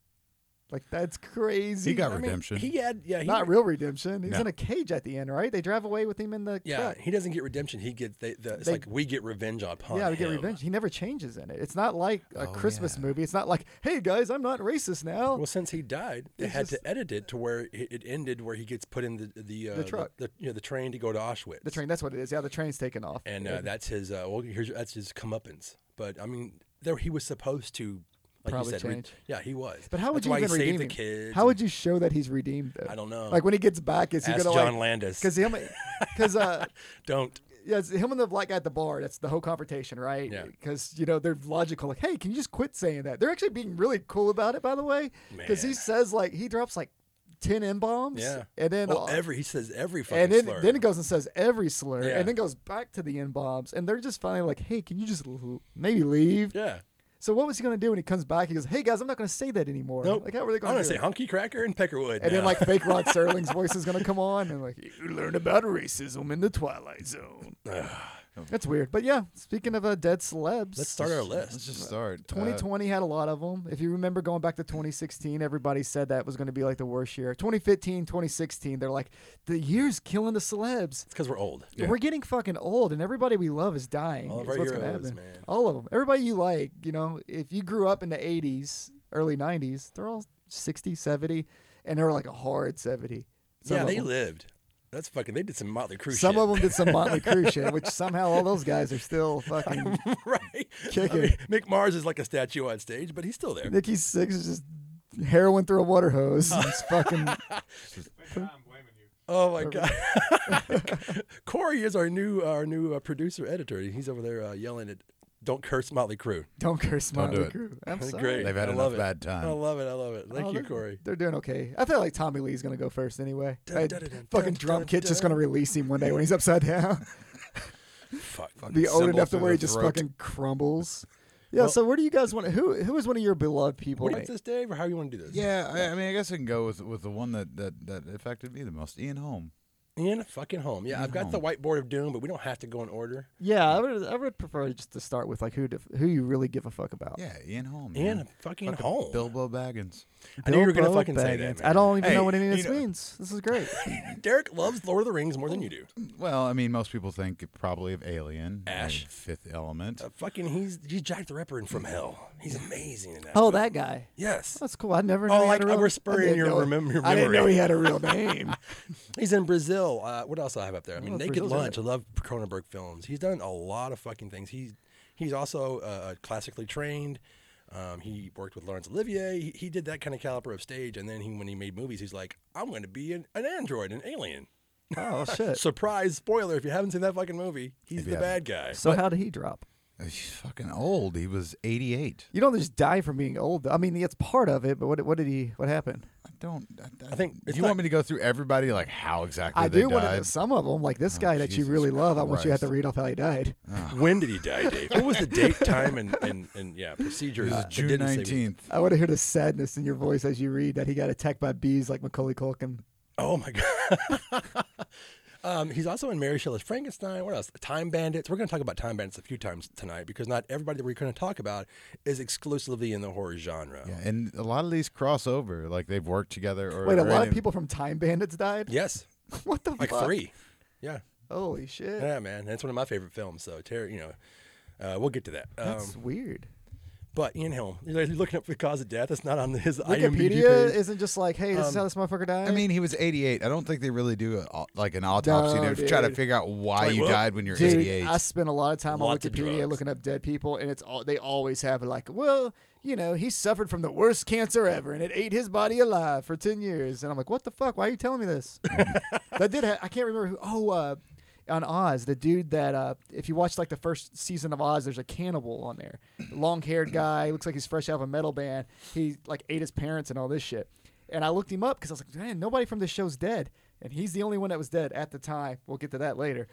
[SPEAKER 3] Like that's crazy.
[SPEAKER 4] He got
[SPEAKER 1] I mean,
[SPEAKER 4] redemption.
[SPEAKER 1] he had yeah. He,
[SPEAKER 3] not real redemption. He's
[SPEAKER 4] No.
[SPEAKER 3] in a cage at the end, right? They drive away with him in the
[SPEAKER 1] Yeah,
[SPEAKER 3] truck.
[SPEAKER 1] he doesn't get redemption. He get they, the, it's
[SPEAKER 3] They-
[SPEAKER 1] like we get revenge upon.
[SPEAKER 3] Yeah, to get
[SPEAKER 1] him.
[SPEAKER 3] revenge. He never changes in it. It's not like a
[SPEAKER 4] Oh,
[SPEAKER 3] Christmas
[SPEAKER 4] yeah.
[SPEAKER 3] movie. It's not like, hey guys, I'm not racist now.
[SPEAKER 1] Well, since he died, they
[SPEAKER 3] It's
[SPEAKER 1] had
[SPEAKER 3] just-
[SPEAKER 1] to edit it to where it it ended, where he gets put in the the, uh,
[SPEAKER 3] The truck.
[SPEAKER 1] the, you know, the train to go to Auschwitz.
[SPEAKER 3] the train. That's what it is. Yeah, the train's taken off.
[SPEAKER 1] and uh, that's his. Uh, well, here's that's his comeuppance. But I mean, there he was supposed to, like
[SPEAKER 3] Probably
[SPEAKER 1] you said, re-
[SPEAKER 3] change.
[SPEAKER 1] yeah, he was.
[SPEAKER 3] but how would
[SPEAKER 1] That's
[SPEAKER 3] you
[SPEAKER 1] why
[SPEAKER 3] even
[SPEAKER 1] he
[SPEAKER 3] redeem
[SPEAKER 1] saved the
[SPEAKER 3] him?
[SPEAKER 1] kids?
[SPEAKER 3] How would you show that he's redeemed? Though?
[SPEAKER 1] I don't know.
[SPEAKER 3] Like when he gets back, is he
[SPEAKER 1] ask
[SPEAKER 3] gonna
[SPEAKER 1] John
[SPEAKER 3] like?
[SPEAKER 1] Landis?
[SPEAKER 3] Because him, because uh,
[SPEAKER 1] don't.
[SPEAKER 3] yeah, it's him and the black guy at the bar. That's the whole confrontation, right?
[SPEAKER 1] Yeah.
[SPEAKER 3] Because you know they're logical. Like, hey, can you just quit saying that? They're actually being really cool about it, by the way. Because he
[SPEAKER 1] Man.
[SPEAKER 3] says like he drops like ten n bombs.
[SPEAKER 1] Yeah.
[SPEAKER 3] And then
[SPEAKER 1] well,
[SPEAKER 3] uh,
[SPEAKER 1] every he says every fucking
[SPEAKER 3] and then
[SPEAKER 1] slur.
[SPEAKER 3] then it goes and says every slur,
[SPEAKER 1] Yeah.
[SPEAKER 3] and then goes back to the n bombs, and they're just finally like, hey, can you just l- maybe leave?
[SPEAKER 1] yeah.
[SPEAKER 3] So what was he gonna do when he comes back? He goes, hey guys, I'm not gonna say that anymore.
[SPEAKER 1] Nope.
[SPEAKER 3] Like how are they
[SPEAKER 1] I'm
[SPEAKER 3] gonna
[SPEAKER 1] gonna
[SPEAKER 3] do
[SPEAKER 1] say
[SPEAKER 3] it?
[SPEAKER 1] hunky cracker and peckerwood.
[SPEAKER 3] And then
[SPEAKER 1] now.
[SPEAKER 3] like fake Rod Serling's voice is gonna come on and like you learn about racism in the Twilight Zone. That's weird, but yeah. Speaking of uh, dead celebs,
[SPEAKER 1] let's start our
[SPEAKER 4] Let's
[SPEAKER 1] list.
[SPEAKER 4] just start. Uh,
[SPEAKER 3] 2020 had a lot of them. If you remember going back to 2016, everybody said that was going to be like the worst year. 2015, 2016, they're like the year's killing the celebs.
[SPEAKER 1] It's because we're old.
[SPEAKER 3] We're getting fucking old, and everybody we love is dying.
[SPEAKER 1] All of
[SPEAKER 3] is
[SPEAKER 1] our
[SPEAKER 3] what's gonna
[SPEAKER 1] heroes,
[SPEAKER 3] happen.
[SPEAKER 1] man.
[SPEAKER 3] All of them. Everybody you like, you know, if you grew up in the 80s, early 90s, they're all 60, 70, and they're like a hard 70. Some
[SPEAKER 1] yeah,
[SPEAKER 3] of
[SPEAKER 1] they
[SPEAKER 3] them.
[SPEAKER 1] lived. That's fucking. They did some Motley Crue.
[SPEAKER 3] Some
[SPEAKER 1] shit.
[SPEAKER 3] of them did some Motley Crue shit, which somehow all those guys are still fucking.
[SPEAKER 1] right?
[SPEAKER 3] Kick
[SPEAKER 1] I mean,
[SPEAKER 3] it.
[SPEAKER 1] Mick Mars is like a statue on stage, but he's still there.
[SPEAKER 3] Nikki Six is just heroin through a water hose. It's fucking.
[SPEAKER 5] I'm blaming you.
[SPEAKER 1] Oh my god! Corey is our new our new uh, producer editor. He's over there uh, yelling at "Don't curse Motley Crue."
[SPEAKER 3] Don't curse Motley
[SPEAKER 4] do it.
[SPEAKER 3] Crue. I'm sorry.
[SPEAKER 1] Great,
[SPEAKER 4] They've had
[SPEAKER 1] I
[SPEAKER 4] enough
[SPEAKER 1] love it.
[SPEAKER 4] bad time.
[SPEAKER 1] I love it. I love it. Thank
[SPEAKER 3] Oh,
[SPEAKER 1] you,
[SPEAKER 3] they're-
[SPEAKER 1] Corey.
[SPEAKER 3] They're doing okay. I feel like Tommy Lee's gonna go first anyway.
[SPEAKER 1] Dun,
[SPEAKER 3] That
[SPEAKER 1] dun, dun, dun,
[SPEAKER 3] fucking
[SPEAKER 1] dun,
[SPEAKER 3] drum
[SPEAKER 1] dun,
[SPEAKER 3] kit's just gonna
[SPEAKER 1] dun.
[SPEAKER 3] release him one day when he's upside down.
[SPEAKER 1] Fuck.
[SPEAKER 3] Be old
[SPEAKER 4] Symbol
[SPEAKER 3] enough to
[SPEAKER 4] through
[SPEAKER 3] where he
[SPEAKER 4] the
[SPEAKER 3] just
[SPEAKER 4] throat.
[SPEAKER 3] fucking crumbles. Yeah.
[SPEAKER 1] Well-
[SPEAKER 3] so where do you guys want? to Who who is one of your beloved people?
[SPEAKER 1] What do you want this, Dave, or how you want to do this?
[SPEAKER 4] Yeah, I, I mean, I guess I can go with with the one that that that affected me the most, Ian Holm.
[SPEAKER 1] Ian fucking home. Yeah, I've got the whiteboard of doom, but we don't have to go in order.
[SPEAKER 3] yeah, I would I would prefer just to start with like who def- who you really give a fuck about.
[SPEAKER 4] Yeah, Ian Holm.
[SPEAKER 1] Ian
[SPEAKER 4] man.
[SPEAKER 1] fucking, home.
[SPEAKER 4] Bilbo Baggins.
[SPEAKER 1] I knew you were gonna
[SPEAKER 3] Bilbo
[SPEAKER 1] fucking say that.
[SPEAKER 3] Baggins.
[SPEAKER 1] man.
[SPEAKER 3] I don't even
[SPEAKER 4] Hey,
[SPEAKER 3] know what any of
[SPEAKER 4] you
[SPEAKER 3] this
[SPEAKER 4] know-
[SPEAKER 3] means. This is great.
[SPEAKER 1] Derek loves Lord of the Rings more than you do.
[SPEAKER 4] Well, I mean, most people think probably of Alien, and
[SPEAKER 1] Ash.
[SPEAKER 4] Fifth Element.
[SPEAKER 1] Uh, fucking, he's he's Jack the Ripper in From Hell. He's amazing in that.
[SPEAKER 3] oh, that guy.
[SPEAKER 1] yes.
[SPEAKER 3] That's cool. I never. Knew
[SPEAKER 1] Oh,
[SPEAKER 3] he had
[SPEAKER 1] like,
[SPEAKER 3] a real,
[SPEAKER 1] we're
[SPEAKER 3] I
[SPEAKER 1] spurring
[SPEAKER 3] didn't
[SPEAKER 1] your
[SPEAKER 3] know-
[SPEAKER 1] remem- your
[SPEAKER 3] I didn't know
[SPEAKER 1] memory.
[SPEAKER 3] he had a real name.
[SPEAKER 1] He's in Brazil. Uh, what else do I have up there? I mean,
[SPEAKER 3] Oh,
[SPEAKER 1] Naked
[SPEAKER 3] Brazil's
[SPEAKER 1] Lunch.
[SPEAKER 3] right.
[SPEAKER 1] I love Cronenberg films. He's done a lot of fucking things. He's he's also uh, classically trained. Um, he worked with Laurence Olivier. He, he did that kind of caliber of stage. And then he, when he made movies, he's like, I'm going to be an, an android, an alien.
[SPEAKER 3] oh shit.
[SPEAKER 1] Surprise spoiler! If you haven't seen that fucking movie, he's
[SPEAKER 4] If
[SPEAKER 1] the
[SPEAKER 4] you
[SPEAKER 1] bad guy.
[SPEAKER 3] So how did he drop?
[SPEAKER 4] He's fucking old. He was 88.
[SPEAKER 3] You don't just die from being old. though. I mean, that's part of it. But what what did he? What happened?
[SPEAKER 4] I don't. I,
[SPEAKER 1] I think
[SPEAKER 4] Do
[SPEAKER 1] it's
[SPEAKER 4] you
[SPEAKER 1] not-
[SPEAKER 4] want me to go through everybody like how exactly
[SPEAKER 3] I
[SPEAKER 4] they
[SPEAKER 3] do want to know
[SPEAKER 4] died?
[SPEAKER 3] some of them, like this
[SPEAKER 1] Oh,
[SPEAKER 3] guy that
[SPEAKER 4] Jesus
[SPEAKER 3] you really love. I want you to have to
[SPEAKER 4] Christ.
[SPEAKER 3] read off how he died.
[SPEAKER 4] Uh-huh.
[SPEAKER 1] When did he die, Dave? What was the date, time, and and, and yeah, procedure? Uh,
[SPEAKER 4] It was
[SPEAKER 1] It
[SPEAKER 4] June
[SPEAKER 1] didn't say-
[SPEAKER 4] nineteenth.
[SPEAKER 3] I want to hear the sadness in your voice as you read that he got attacked by bees like Macaulay Culkin.
[SPEAKER 1] Oh my god. Um, he's also in Mary Shelley's Frankenstein. What else? Time Bandits. We're going to talk about Time Bandits a few times tonight because not everybody that we're going to talk about is exclusively in the horror genre.
[SPEAKER 4] Yeah, and a lot of these cross over. Like they've worked together. Or
[SPEAKER 3] Wait, a
[SPEAKER 4] or
[SPEAKER 3] lot of
[SPEAKER 4] in-
[SPEAKER 3] people from Time Bandits died.
[SPEAKER 1] Yes,
[SPEAKER 3] What the
[SPEAKER 1] like
[SPEAKER 3] fuck?
[SPEAKER 1] three. Yeah,
[SPEAKER 3] Holy shit.
[SPEAKER 1] yeah, man. That's one of my favorite films. So, Terry, you know, uh, we'll get to that. Um,
[SPEAKER 3] That's weird.
[SPEAKER 1] but Ian Helm, you're looking up the cause of death. It's not on his IMDb
[SPEAKER 3] Wikipedia
[SPEAKER 1] page.
[SPEAKER 3] isn't just like, hey, this
[SPEAKER 1] Um,
[SPEAKER 3] is how this motherfucker died.
[SPEAKER 4] I mean, he was 88. I don't think they really do a, like an autopsy
[SPEAKER 3] No,
[SPEAKER 4] to try to
[SPEAKER 3] dude.
[SPEAKER 4] figure out why
[SPEAKER 1] Like,
[SPEAKER 4] you
[SPEAKER 1] well,
[SPEAKER 4] died when you're
[SPEAKER 3] Dude,
[SPEAKER 4] 88.
[SPEAKER 3] I spend a lot of time
[SPEAKER 1] Lots
[SPEAKER 3] on
[SPEAKER 1] of
[SPEAKER 3] Wikipedia
[SPEAKER 1] drugs.
[SPEAKER 3] looking up dead people, and it's all they always have like, well, you know, he suffered from the worst cancer ever, and it ate his body alive for ten years. And I'm like, what the fuck? Why are you telling me this? that did. Ha- I can't remember who. Oh, uh, on Oz, the dude that uh, if you watch like the first season of Oz, there's a cannibal on there, long haired guy, looks like he's fresh out of a metal band. He like ate his parents and all this shit. And I looked him up because I was like, man, nobody from this show's dead. And he's the only one that was dead at the time. We'll get to that later.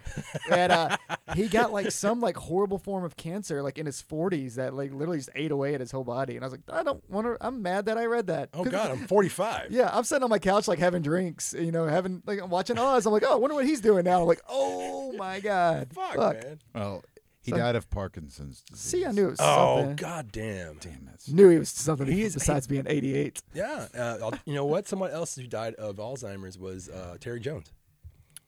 [SPEAKER 3] And uh, he got like some like horrible form of cancer, like in his 40s, that like literally just ate away at his whole body. And I was like, I don't want to. I'm mad that I read that.
[SPEAKER 1] Oh
[SPEAKER 3] 'Cause
[SPEAKER 1] God, I'm 45.
[SPEAKER 3] yeah, I'm sitting on my couch like having drinks, you know, having like I'm watching Oz. I'm like, oh, I wonder what he's doing now. I'm like, oh my god,
[SPEAKER 1] Fuck, man.
[SPEAKER 4] well, he
[SPEAKER 3] So-
[SPEAKER 4] died of Parkinson's disease.
[SPEAKER 3] See, I knew it was
[SPEAKER 1] Oh
[SPEAKER 3] something.
[SPEAKER 1] God damn.
[SPEAKER 4] Damn it.
[SPEAKER 3] Knew he was something
[SPEAKER 1] He is-
[SPEAKER 3] besides being 88.
[SPEAKER 1] Yeah. Uh, I'll- you know what? Someone else who died of Alzheimer's was uh, Terry Jones.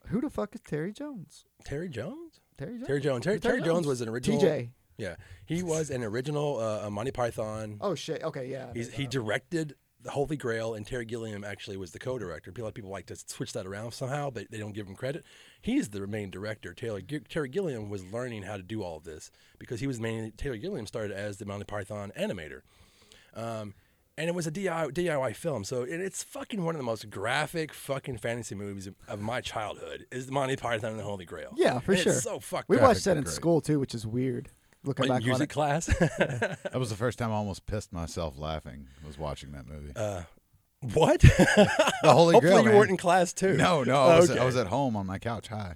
[SPEAKER 3] Who the fuck is Terry Jones?
[SPEAKER 1] Terry Jones.
[SPEAKER 3] Terry Jones.
[SPEAKER 1] Terry Jones. Terry, Terry Jones was an original.
[SPEAKER 3] TJ.
[SPEAKER 1] Yeah, he was an original uh, uh, Monty Python.
[SPEAKER 3] Oh shit. Okay, yeah. I
[SPEAKER 1] He's,
[SPEAKER 3] mean,
[SPEAKER 1] he directed the Holy Grail, and Terry Gilliam actually was the co-director. A lot of people like to switch that around somehow, but they don't give him credit. He's the main director. Taylor Gi- Terry Gilliam was learning how to do all of this because he was mainly Taylor Gilliam started as the Monty Python animator. Um, and it was a DIY, DIY film, so it, it's fucking one of the most graphic fucking fantasy movies of, of my childhood. Is the Monty Python and the Holy Grail?
[SPEAKER 3] yeah, for
[SPEAKER 1] And
[SPEAKER 3] sure.
[SPEAKER 1] It's so fucked.
[SPEAKER 3] we
[SPEAKER 1] up.
[SPEAKER 3] watched that in
[SPEAKER 4] great.
[SPEAKER 3] school too, which is weird. Looking
[SPEAKER 1] Like
[SPEAKER 3] back on
[SPEAKER 1] music
[SPEAKER 3] it.
[SPEAKER 1] class.
[SPEAKER 4] That was the first time I almost pissed myself laughing. Was watching that movie.
[SPEAKER 1] what?
[SPEAKER 4] the Holy
[SPEAKER 1] Hopefully
[SPEAKER 4] Grail.
[SPEAKER 1] you
[SPEAKER 4] man.
[SPEAKER 1] weren't in class too.
[SPEAKER 4] No, no. I was, I
[SPEAKER 1] Okay.
[SPEAKER 4] was at home on my couch. Hi.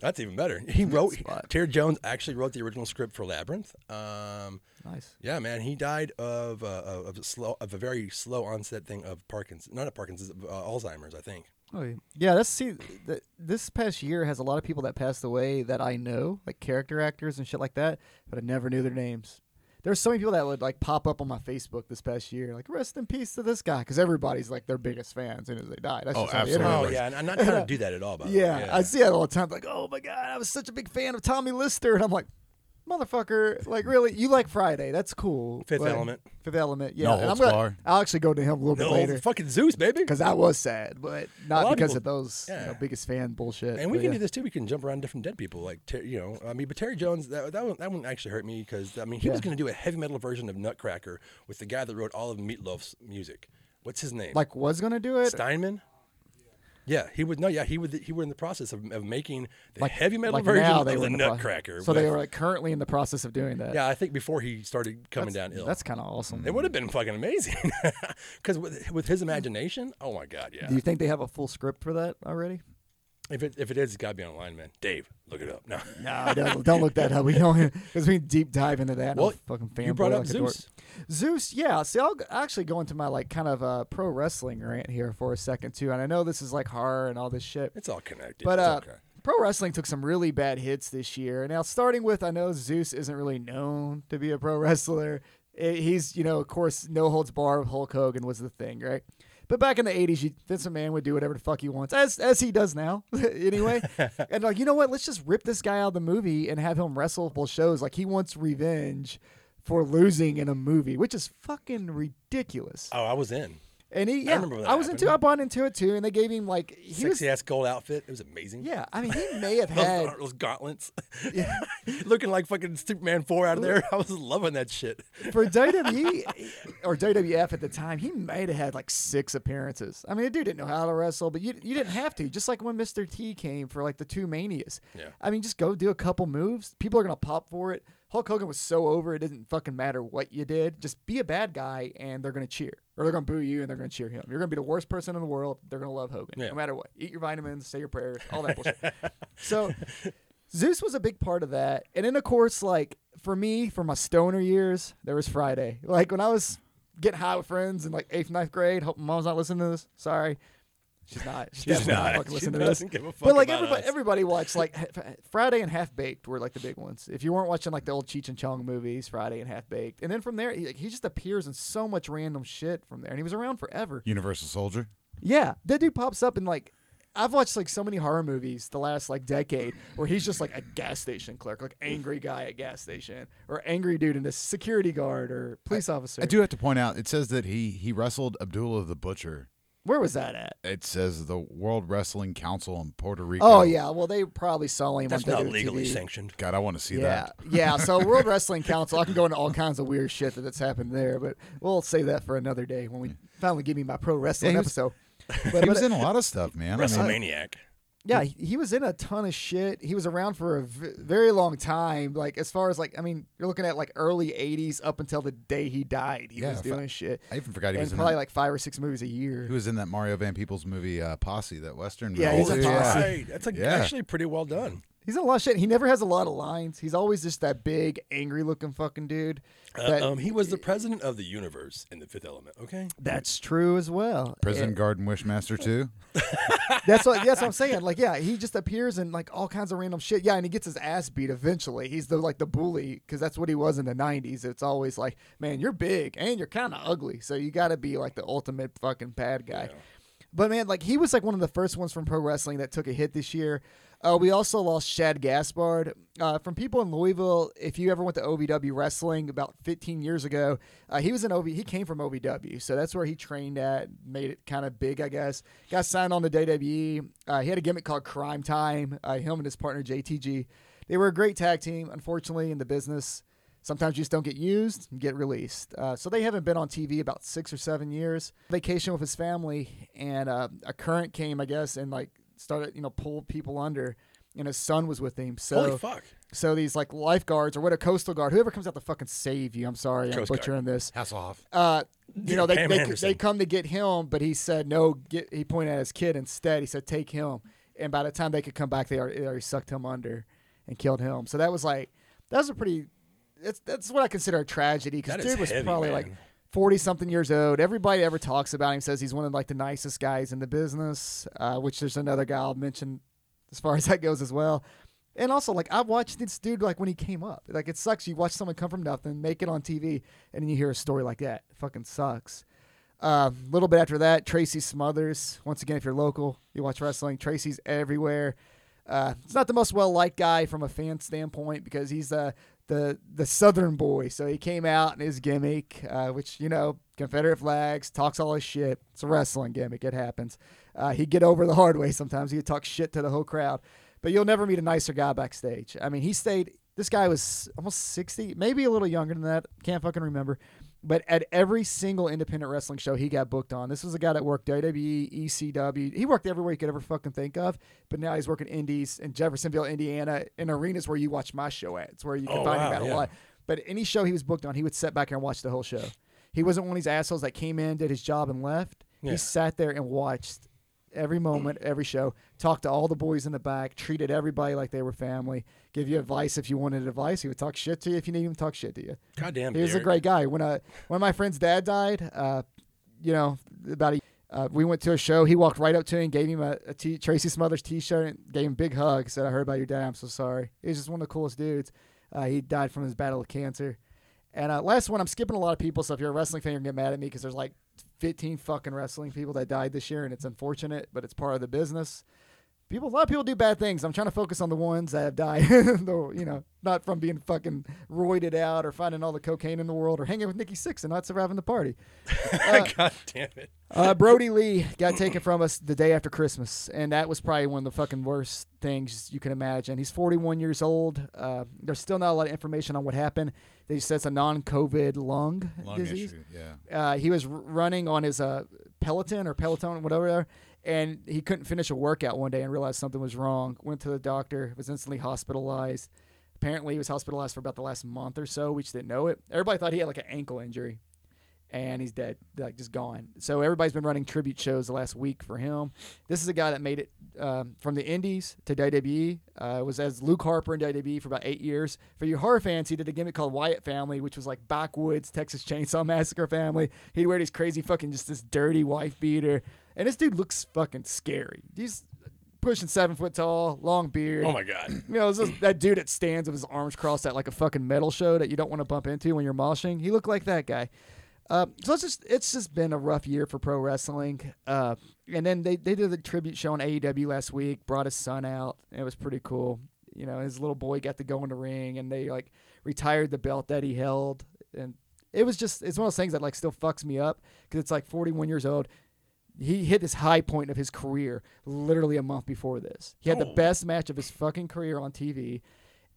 [SPEAKER 1] That's even better. He wrote
[SPEAKER 3] spot.
[SPEAKER 1] Terry Jones actually wrote the original script for Labyrinth. Um,
[SPEAKER 3] Nice.
[SPEAKER 1] yeah, man, he died of uh, of a slow of a very slow onset thing of Parkinson's, not of Parkinson's, of, uh, Alzheimer's, I think.
[SPEAKER 3] Oh, yeah. yeah, that's see. Th- this past year has a lot of people that passed away that I know, like character actors and shit like that, but I never knew their names. There's so many people that would like pop up on my Facebook this past year, like rest in peace to this guy, because everybody's like their biggest fan as soon as they die. That's
[SPEAKER 4] Oh,
[SPEAKER 3] just how the
[SPEAKER 4] absolutely.
[SPEAKER 3] internet
[SPEAKER 4] Oh,
[SPEAKER 1] Oh
[SPEAKER 3] works.
[SPEAKER 1] yeah, and I'm not trying to do that at all. By the way.
[SPEAKER 3] yeah, I see that all the time. Like, oh my god, I was such a big fan of Tommy Lister, and I'm like, motherfucker, like really, you like Friday? That's cool.
[SPEAKER 1] Fifth
[SPEAKER 3] But-
[SPEAKER 1] Element.
[SPEAKER 3] Fifth Element. Yeah,
[SPEAKER 4] No
[SPEAKER 3] and I'm
[SPEAKER 4] Holds
[SPEAKER 3] gonna,
[SPEAKER 4] Bar.
[SPEAKER 3] I'll actually go to him a little
[SPEAKER 1] no,
[SPEAKER 3] bit later
[SPEAKER 1] fucking Zeus, baby.
[SPEAKER 3] because I was sad, but
[SPEAKER 1] lot
[SPEAKER 3] not
[SPEAKER 1] of
[SPEAKER 3] because
[SPEAKER 1] people-
[SPEAKER 3] of those you know,
[SPEAKER 1] yeah.
[SPEAKER 3] biggest fan bullshit.
[SPEAKER 1] And we
[SPEAKER 3] but yeah.
[SPEAKER 1] can do this too. We can jump around different dead people, like Ter- you know. I mean, but Terry Jones, that that one, that one actually hurt me because I mean, he was
[SPEAKER 3] Yeah.
[SPEAKER 1] going to do a heavy metal version of Nutcracker with the guy that wrote all of Meatloaf's music. What's his name?
[SPEAKER 3] Like was gonna do it.
[SPEAKER 1] Steinman. Yeah, he would. No, yeah, he would. He were in the process of, of making the
[SPEAKER 3] like
[SPEAKER 1] heavy metal
[SPEAKER 3] like
[SPEAKER 1] version
[SPEAKER 3] now
[SPEAKER 1] of
[SPEAKER 3] they were
[SPEAKER 1] the
[SPEAKER 3] in the pro-
[SPEAKER 1] Nutcracker.
[SPEAKER 3] So they
[SPEAKER 1] with-
[SPEAKER 3] were like currently in the process of doing that.
[SPEAKER 1] yeah, I think before he started
[SPEAKER 3] that's,
[SPEAKER 1] coming down ill,
[SPEAKER 3] That's kind of awesome.
[SPEAKER 1] it would have been fucking amazing. Because with, with his imagination, oh my god, yeah.
[SPEAKER 3] Do you think they have a full script for that already?
[SPEAKER 1] If it if it is, it's got to be online, man. Dave, look it up. No,
[SPEAKER 3] No, don't, don't look that up. We don't because we deep dive into that. and I'm
[SPEAKER 1] Well,
[SPEAKER 3] a fucking
[SPEAKER 1] you brought
[SPEAKER 3] fanboy
[SPEAKER 1] up
[SPEAKER 3] like a dork.
[SPEAKER 1] Zeus.
[SPEAKER 3] Zeus, yeah. See, I'll g- actually go into my like kind of uh, pro wrestling rant here for a second too, and I know this is like horror and all this shit.
[SPEAKER 1] it's all connected.
[SPEAKER 3] But
[SPEAKER 1] It's
[SPEAKER 3] uh,
[SPEAKER 1] okay.
[SPEAKER 3] pro wrestling took some really bad hits this year. Now, starting with, I know Zeus isn't really known to be a pro wrestler. Eh, he's, you know, of course, no holds bar. Hulk Hogan was the thing, right? But back in the '80s, you, Vince McMahon would do whatever the fuck he wants, as as he does now, anyway. and like, you know what? Let's just rip this guy out of the movie and have him wrestle full shows. Like he wants revenge for losing in a movie, which is fucking ridiculous.
[SPEAKER 1] oh, I was in
[SPEAKER 3] And he, yeah, I,
[SPEAKER 1] remember when that
[SPEAKER 3] was
[SPEAKER 1] happened.
[SPEAKER 3] into, I bought into it too, and they gave him like he was,
[SPEAKER 1] sexy ass gold outfit. It was amazing.
[SPEAKER 3] yeah. I mean, he may have
[SPEAKER 1] Those,
[SPEAKER 3] had
[SPEAKER 1] those gauntlets, looking like fucking Superman four out of there. I was loving that shit.
[SPEAKER 3] for WWE or WWF at the time, he might have had like six appearances. I mean, the dude didn't know how to wrestle, but you, you didn't have to. Just like when Mr. T came for like the two manias.
[SPEAKER 1] Yeah.
[SPEAKER 3] I mean, just go do a couple moves. People are gonna pop for it. Hulk Hogan was so over it didn't fucking matter what you did. Just be a bad guy and they're gonna cheer. Or they're gonna boo you and they're gonna cheer him. You're gonna be the worst person in the world, they're gonna love Hogan.
[SPEAKER 1] Yeah.
[SPEAKER 3] No matter what. Eat your vitamins, say your prayers, all that bullshit. So Zeus was a big part of that. And then of course, like for me, for my stoner years, there was Friday. Like when I was getting high with friends in like eighth, ninth grade, hope my mom's not listening to this. Sorry. She's not. She's, definitely not.
[SPEAKER 1] not.
[SPEAKER 3] fucking
[SPEAKER 1] She
[SPEAKER 3] listening to
[SPEAKER 1] doesn't
[SPEAKER 3] this.
[SPEAKER 1] give a fuck
[SPEAKER 3] but like
[SPEAKER 1] about
[SPEAKER 3] everybody,
[SPEAKER 1] us.
[SPEAKER 3] everybody watched like F- Friday and Half Baked were like the big ones. If you weren't watching like the old Cheech and Chong movies, Friday and Half Baked, and then from there he, like, he just appears in so much random shit from there, and he was around forever.
[SPEAKER 4] Universal Soldier.
[SPEAKER 3] Yeah, that dude pops up in like I've watched like so many horror movies the last like decade where he's just like a gas station clerk, like angry guy at gas station, or angry dude in a security guard or police officer.
[SPEAKER 4] I do have to point out. It says that he he wrestled Abdullah the Butcher.
[SPEAKER 3] Where was that at?
[SPEAKER 4] It says the World Wrestling Council in Puerto Rico.
[SPEAKER 3] Oh yeah, well they probably saw him.
[SPEAKER 1] That's
[SPEAKER 3] on
[SPEAKER 1] not
[SPEAKER 3] WWE.
[SPEAKER 1] legally sanctioned.
[SPEAKER 4] God, I want to see
[SPEAKER 3] Yeah,
[SPEAKER 4] that.
[SPEAKER 3] yeah. So World Wrestling Council, I can go into all kinds of weird shit that that's happened there, but we'll save that for another day
[SPEAKER 1] Hmm.
[SPEAKER 3] when we finally give me my pro wrestling
[SPEAKER 4] he was-
[SPEAKER 3] episode.
[SPEAKER 4] But, he was in a lot of stuff, man. I mean,
[SPEAKER 1] WrestleManiac.
[SPEAKER 3] Yeah, he, he was in a ton of shit. He was around for a v- very long time. Like as far as like, I mean, you're looking at like early '80s up until the day he died. He
[SPEAKER 4] Yeah,
[SPEAKER 3] was
[SPEAKER 4] if I-
[SPEAKER 3] doing shit.
[SPEAKER 4] I even forgot he
[SPEAKER 3] and
[SPEAKER 4] was in
[SPEAKER 3] probably
[SPEAKER 4] that-
[SPEAKER 3] like five or six movies a year.
[SPEAKER 4] He was in that Mario Van Peebles movie uh, Posse, that Western.
[SPEAKER 3] Yeah,
[SPEAKER 4] movie.
[SPEAKER 3] he's a
[SPEAKER 1] Holy
[SPEAKER 3] posse.
[SPEAKER 1] shit. That's like
[SPEAKER 4] Yeah.
[SPEAKER 1] actually pretty well done.
[SPEAKER 3] He's in a lot of shit. He never has a lot of lines. He's always just that big, angry-looking fucking dude. That,
[SPEAKER 1] um, he was the president of the universe in the Fifth Element. Okay,
[SPEAKER 3] that's true as well.
[SPEAKER 4] Prison
[SPEAKER 3] And-
[SPEAKER 4] Garden Wishmaster too.
[SPEAKER 3] That's what that's what I'm saying. Like, yeah, he just appears in like all kinds of random shit. Yeah, and he gets his ass beat eventually. He's the like the bully because that's what he was in the '90s. It's always like, man, you're big and you're kind of ugly, so you got to be like the ultimate fucking bad guy. But man, like he was like one of the first ones from pro wrestling that took a hit this year. Uh, we also lost Shad Gaspard. Uh, from people in Louisville, if you ever went to OVW wrestling about 15 years ago, uh, he was in OV. He came from OVW, so that's where he trained at. Made it kind of big, I guess. Got signed on to WWE. Uh, he had a gimmick called Crime Time. Uh, him and his partner JTG, they were a great tag team. Unfortunately, in the business, Sometimes you just don't get used and get released. Uh, so they haven't been on TV about six or seven years. Vacation with his family, and uh, a current came, I guess, and like started, you know, pulled people under. And his son was with him. So,
[SPEAKER 1] holy fuck!
[SPEAKER 3] so these like lifeguards or what a coastal guard, whoever comes out to fucking save you. I'm sorry,
[SPEAKER 1] Coast
[SPEAKER 3] I'm
[SPEAKER 1] Guard.
[SPEAKER 3] butchering this.
[SPEAKER 4] Hasselhoff.
[SPEAKER 3] Uh, you know, they,
[SPEAKER 1] Pam
[SPEAKER 3] they,
[SPEAKER 1] Anderson.
[SPEAKER 3] they come to get him, but he said no. Get he pointed at his kid instead. He said take him, and by the time they could come back, they already, they already sucked him under and killed him. So that was like that was a pretty. That's that's what I consider a tragedy because
[SPEAKER 1] That is
[SPEAKER 3] dude was
[SPEAKER 1] heavy,
[SPEAKER 3] probably
[SPEAKER 1] man.
[SPEAKER 3] like forty something years old. Everybody ever talks about him says he's one of like the nicest guys in the business. Uh, which there's another guy I'll mention as far as that goes as well. And also, like I watched this dude like when he came up. Like it sucks. You watch someone come from nothing, make it on TV, and then you hear a story like that. It fucking sucks. A Uh, little bit after that, Tracy Smothers. Once again, if you're local, you watch wrestling. Tracy's everywhere. Uh, it's not the most well liked guy from a fan standpoint because he's uh, the the Southern boy. So he came out in his gimmick, uh, which you know, Confederate flags, talks all his shit. It's a wrestling gimmick. It happens. Uh, he'd get over the hard way sometimes. He'd talk shit to the whole crowd, but you'll never meet a nicer guy backstage. I mean, he stayed. This guy was almost sixty, maybe a little younger than that. Can't fucking remember. But at every single independent wrestling show he got booked on, this was a guy that worked E, WWE, ECW. He worked everywhere you could ever fucking think of. But now he's working indies in Jeffersonville, Indiana, in arenas where you watch my show at. It's where you can
[SPEAKER 1] Oh,
[SPEAKER 3] find him
[SPEAKER 1] wow,
[SPEAKER 3] at
[SPEAKER 1] yeah.
[SPEAKER 3] a lot. But any show he was booked on, he would sit back here and watch the whole show. He wasn't one of these assholes that came in, did his job, and left.
[SPEAKER 1] Yeah.
[SPEAKER 3] He sat there and watched every moment, every show, talked to all the boys in the back, treated everybody like they were family, give you advice if you wanted advice. He would talk shit to you if you needed him to talk shit to you.
[SPEAKER 1] Goddamn,
[SPEAKER 3] He was a
[SPEAKER 1] Derek.
[SPEAKER 3] great guy. When uh, when my friend's dad died, uh, you know, about a, uh, we went to a show. He walked right up to him, gave him a, a t- Tracy Smothers T-shirt, and gave him a big hug. Said, "I heard about your dad. I'm so sorry." He was just one of the coolest dudes. Uh, he died from his battle of cancer. And uh, last one, I'm skipping a lot of people. So if you're a wrestling fan, you're gonna get mad at me because there's like 15 fucking wrestling people that died this year, and it's unfortunate, but it's part of the business. People, a lot of people do bad things. I'm trying to focus on the ones that have died, though, you know, not from being fucking roided out or finding all the cocaine in the world or hanging with Nikki Six and not surviving the party.
[SPEAKER 1] God damn it!
[SPEAKER 3] Uh, Brody Lee got taken from us the day after Christmas, and that was probably one of the fucking worst things you can imagine. He's 41 years old. Uh, there's still not a lot of information on what happened. They just said it's a non-COVID lung,
[SPEAKER 4] Lung
[SPEAKER 3] disease
[SPEAKER 4] issue. Yeah.
[SPEAKER 3] uh, he was r- running on his uh, Peloton or Peloton, whatever, and he couldn't finish a workout one day and realized something was wrong. Went to the doctor, was instantly hospitalized. Apparently, he was hospitalized for about the last month or so. We just didn't know it. Everybody thought he had like an ankle injury, and he's dead, like just gone. So everybody's been running tribute shows the last week for him. This is a guy that made it um, from the Indies to WWE. Uh, was as Luke Harper in WWE for about eight years. For you horror fans, he did a gimmick called Wyatt Family, which was like backwoods Texas Chainsaw Massacre family. He'd wear these crazy fucking just this dirty wife beater, and this dude looks fucking scary. He's pushing seven foot tall, long beard.
[SPEAKER 1] Oh my god.
[SPEAKER 3] You know, it's just that dude that stands with his arms crossed at like a fucking metal show that you don't want to bump into when you're moshing. He looked like that guy. Uh, so it's just it's just been a rough year for pro wrestling. Uh, and then they, they did the tribute show on AEW last week. Brought his son out. It was pretty cool. You know, his little boy got to go in the ring, and they like retired the belt that he held. And it was just it's one of those things that like still fucks me up because it's like 41 years old he hit this high point of his career literally a month before this. He
[SPEAKER 1] Oh.
[SPEAKER 3] had the best match of his fucking career on TV,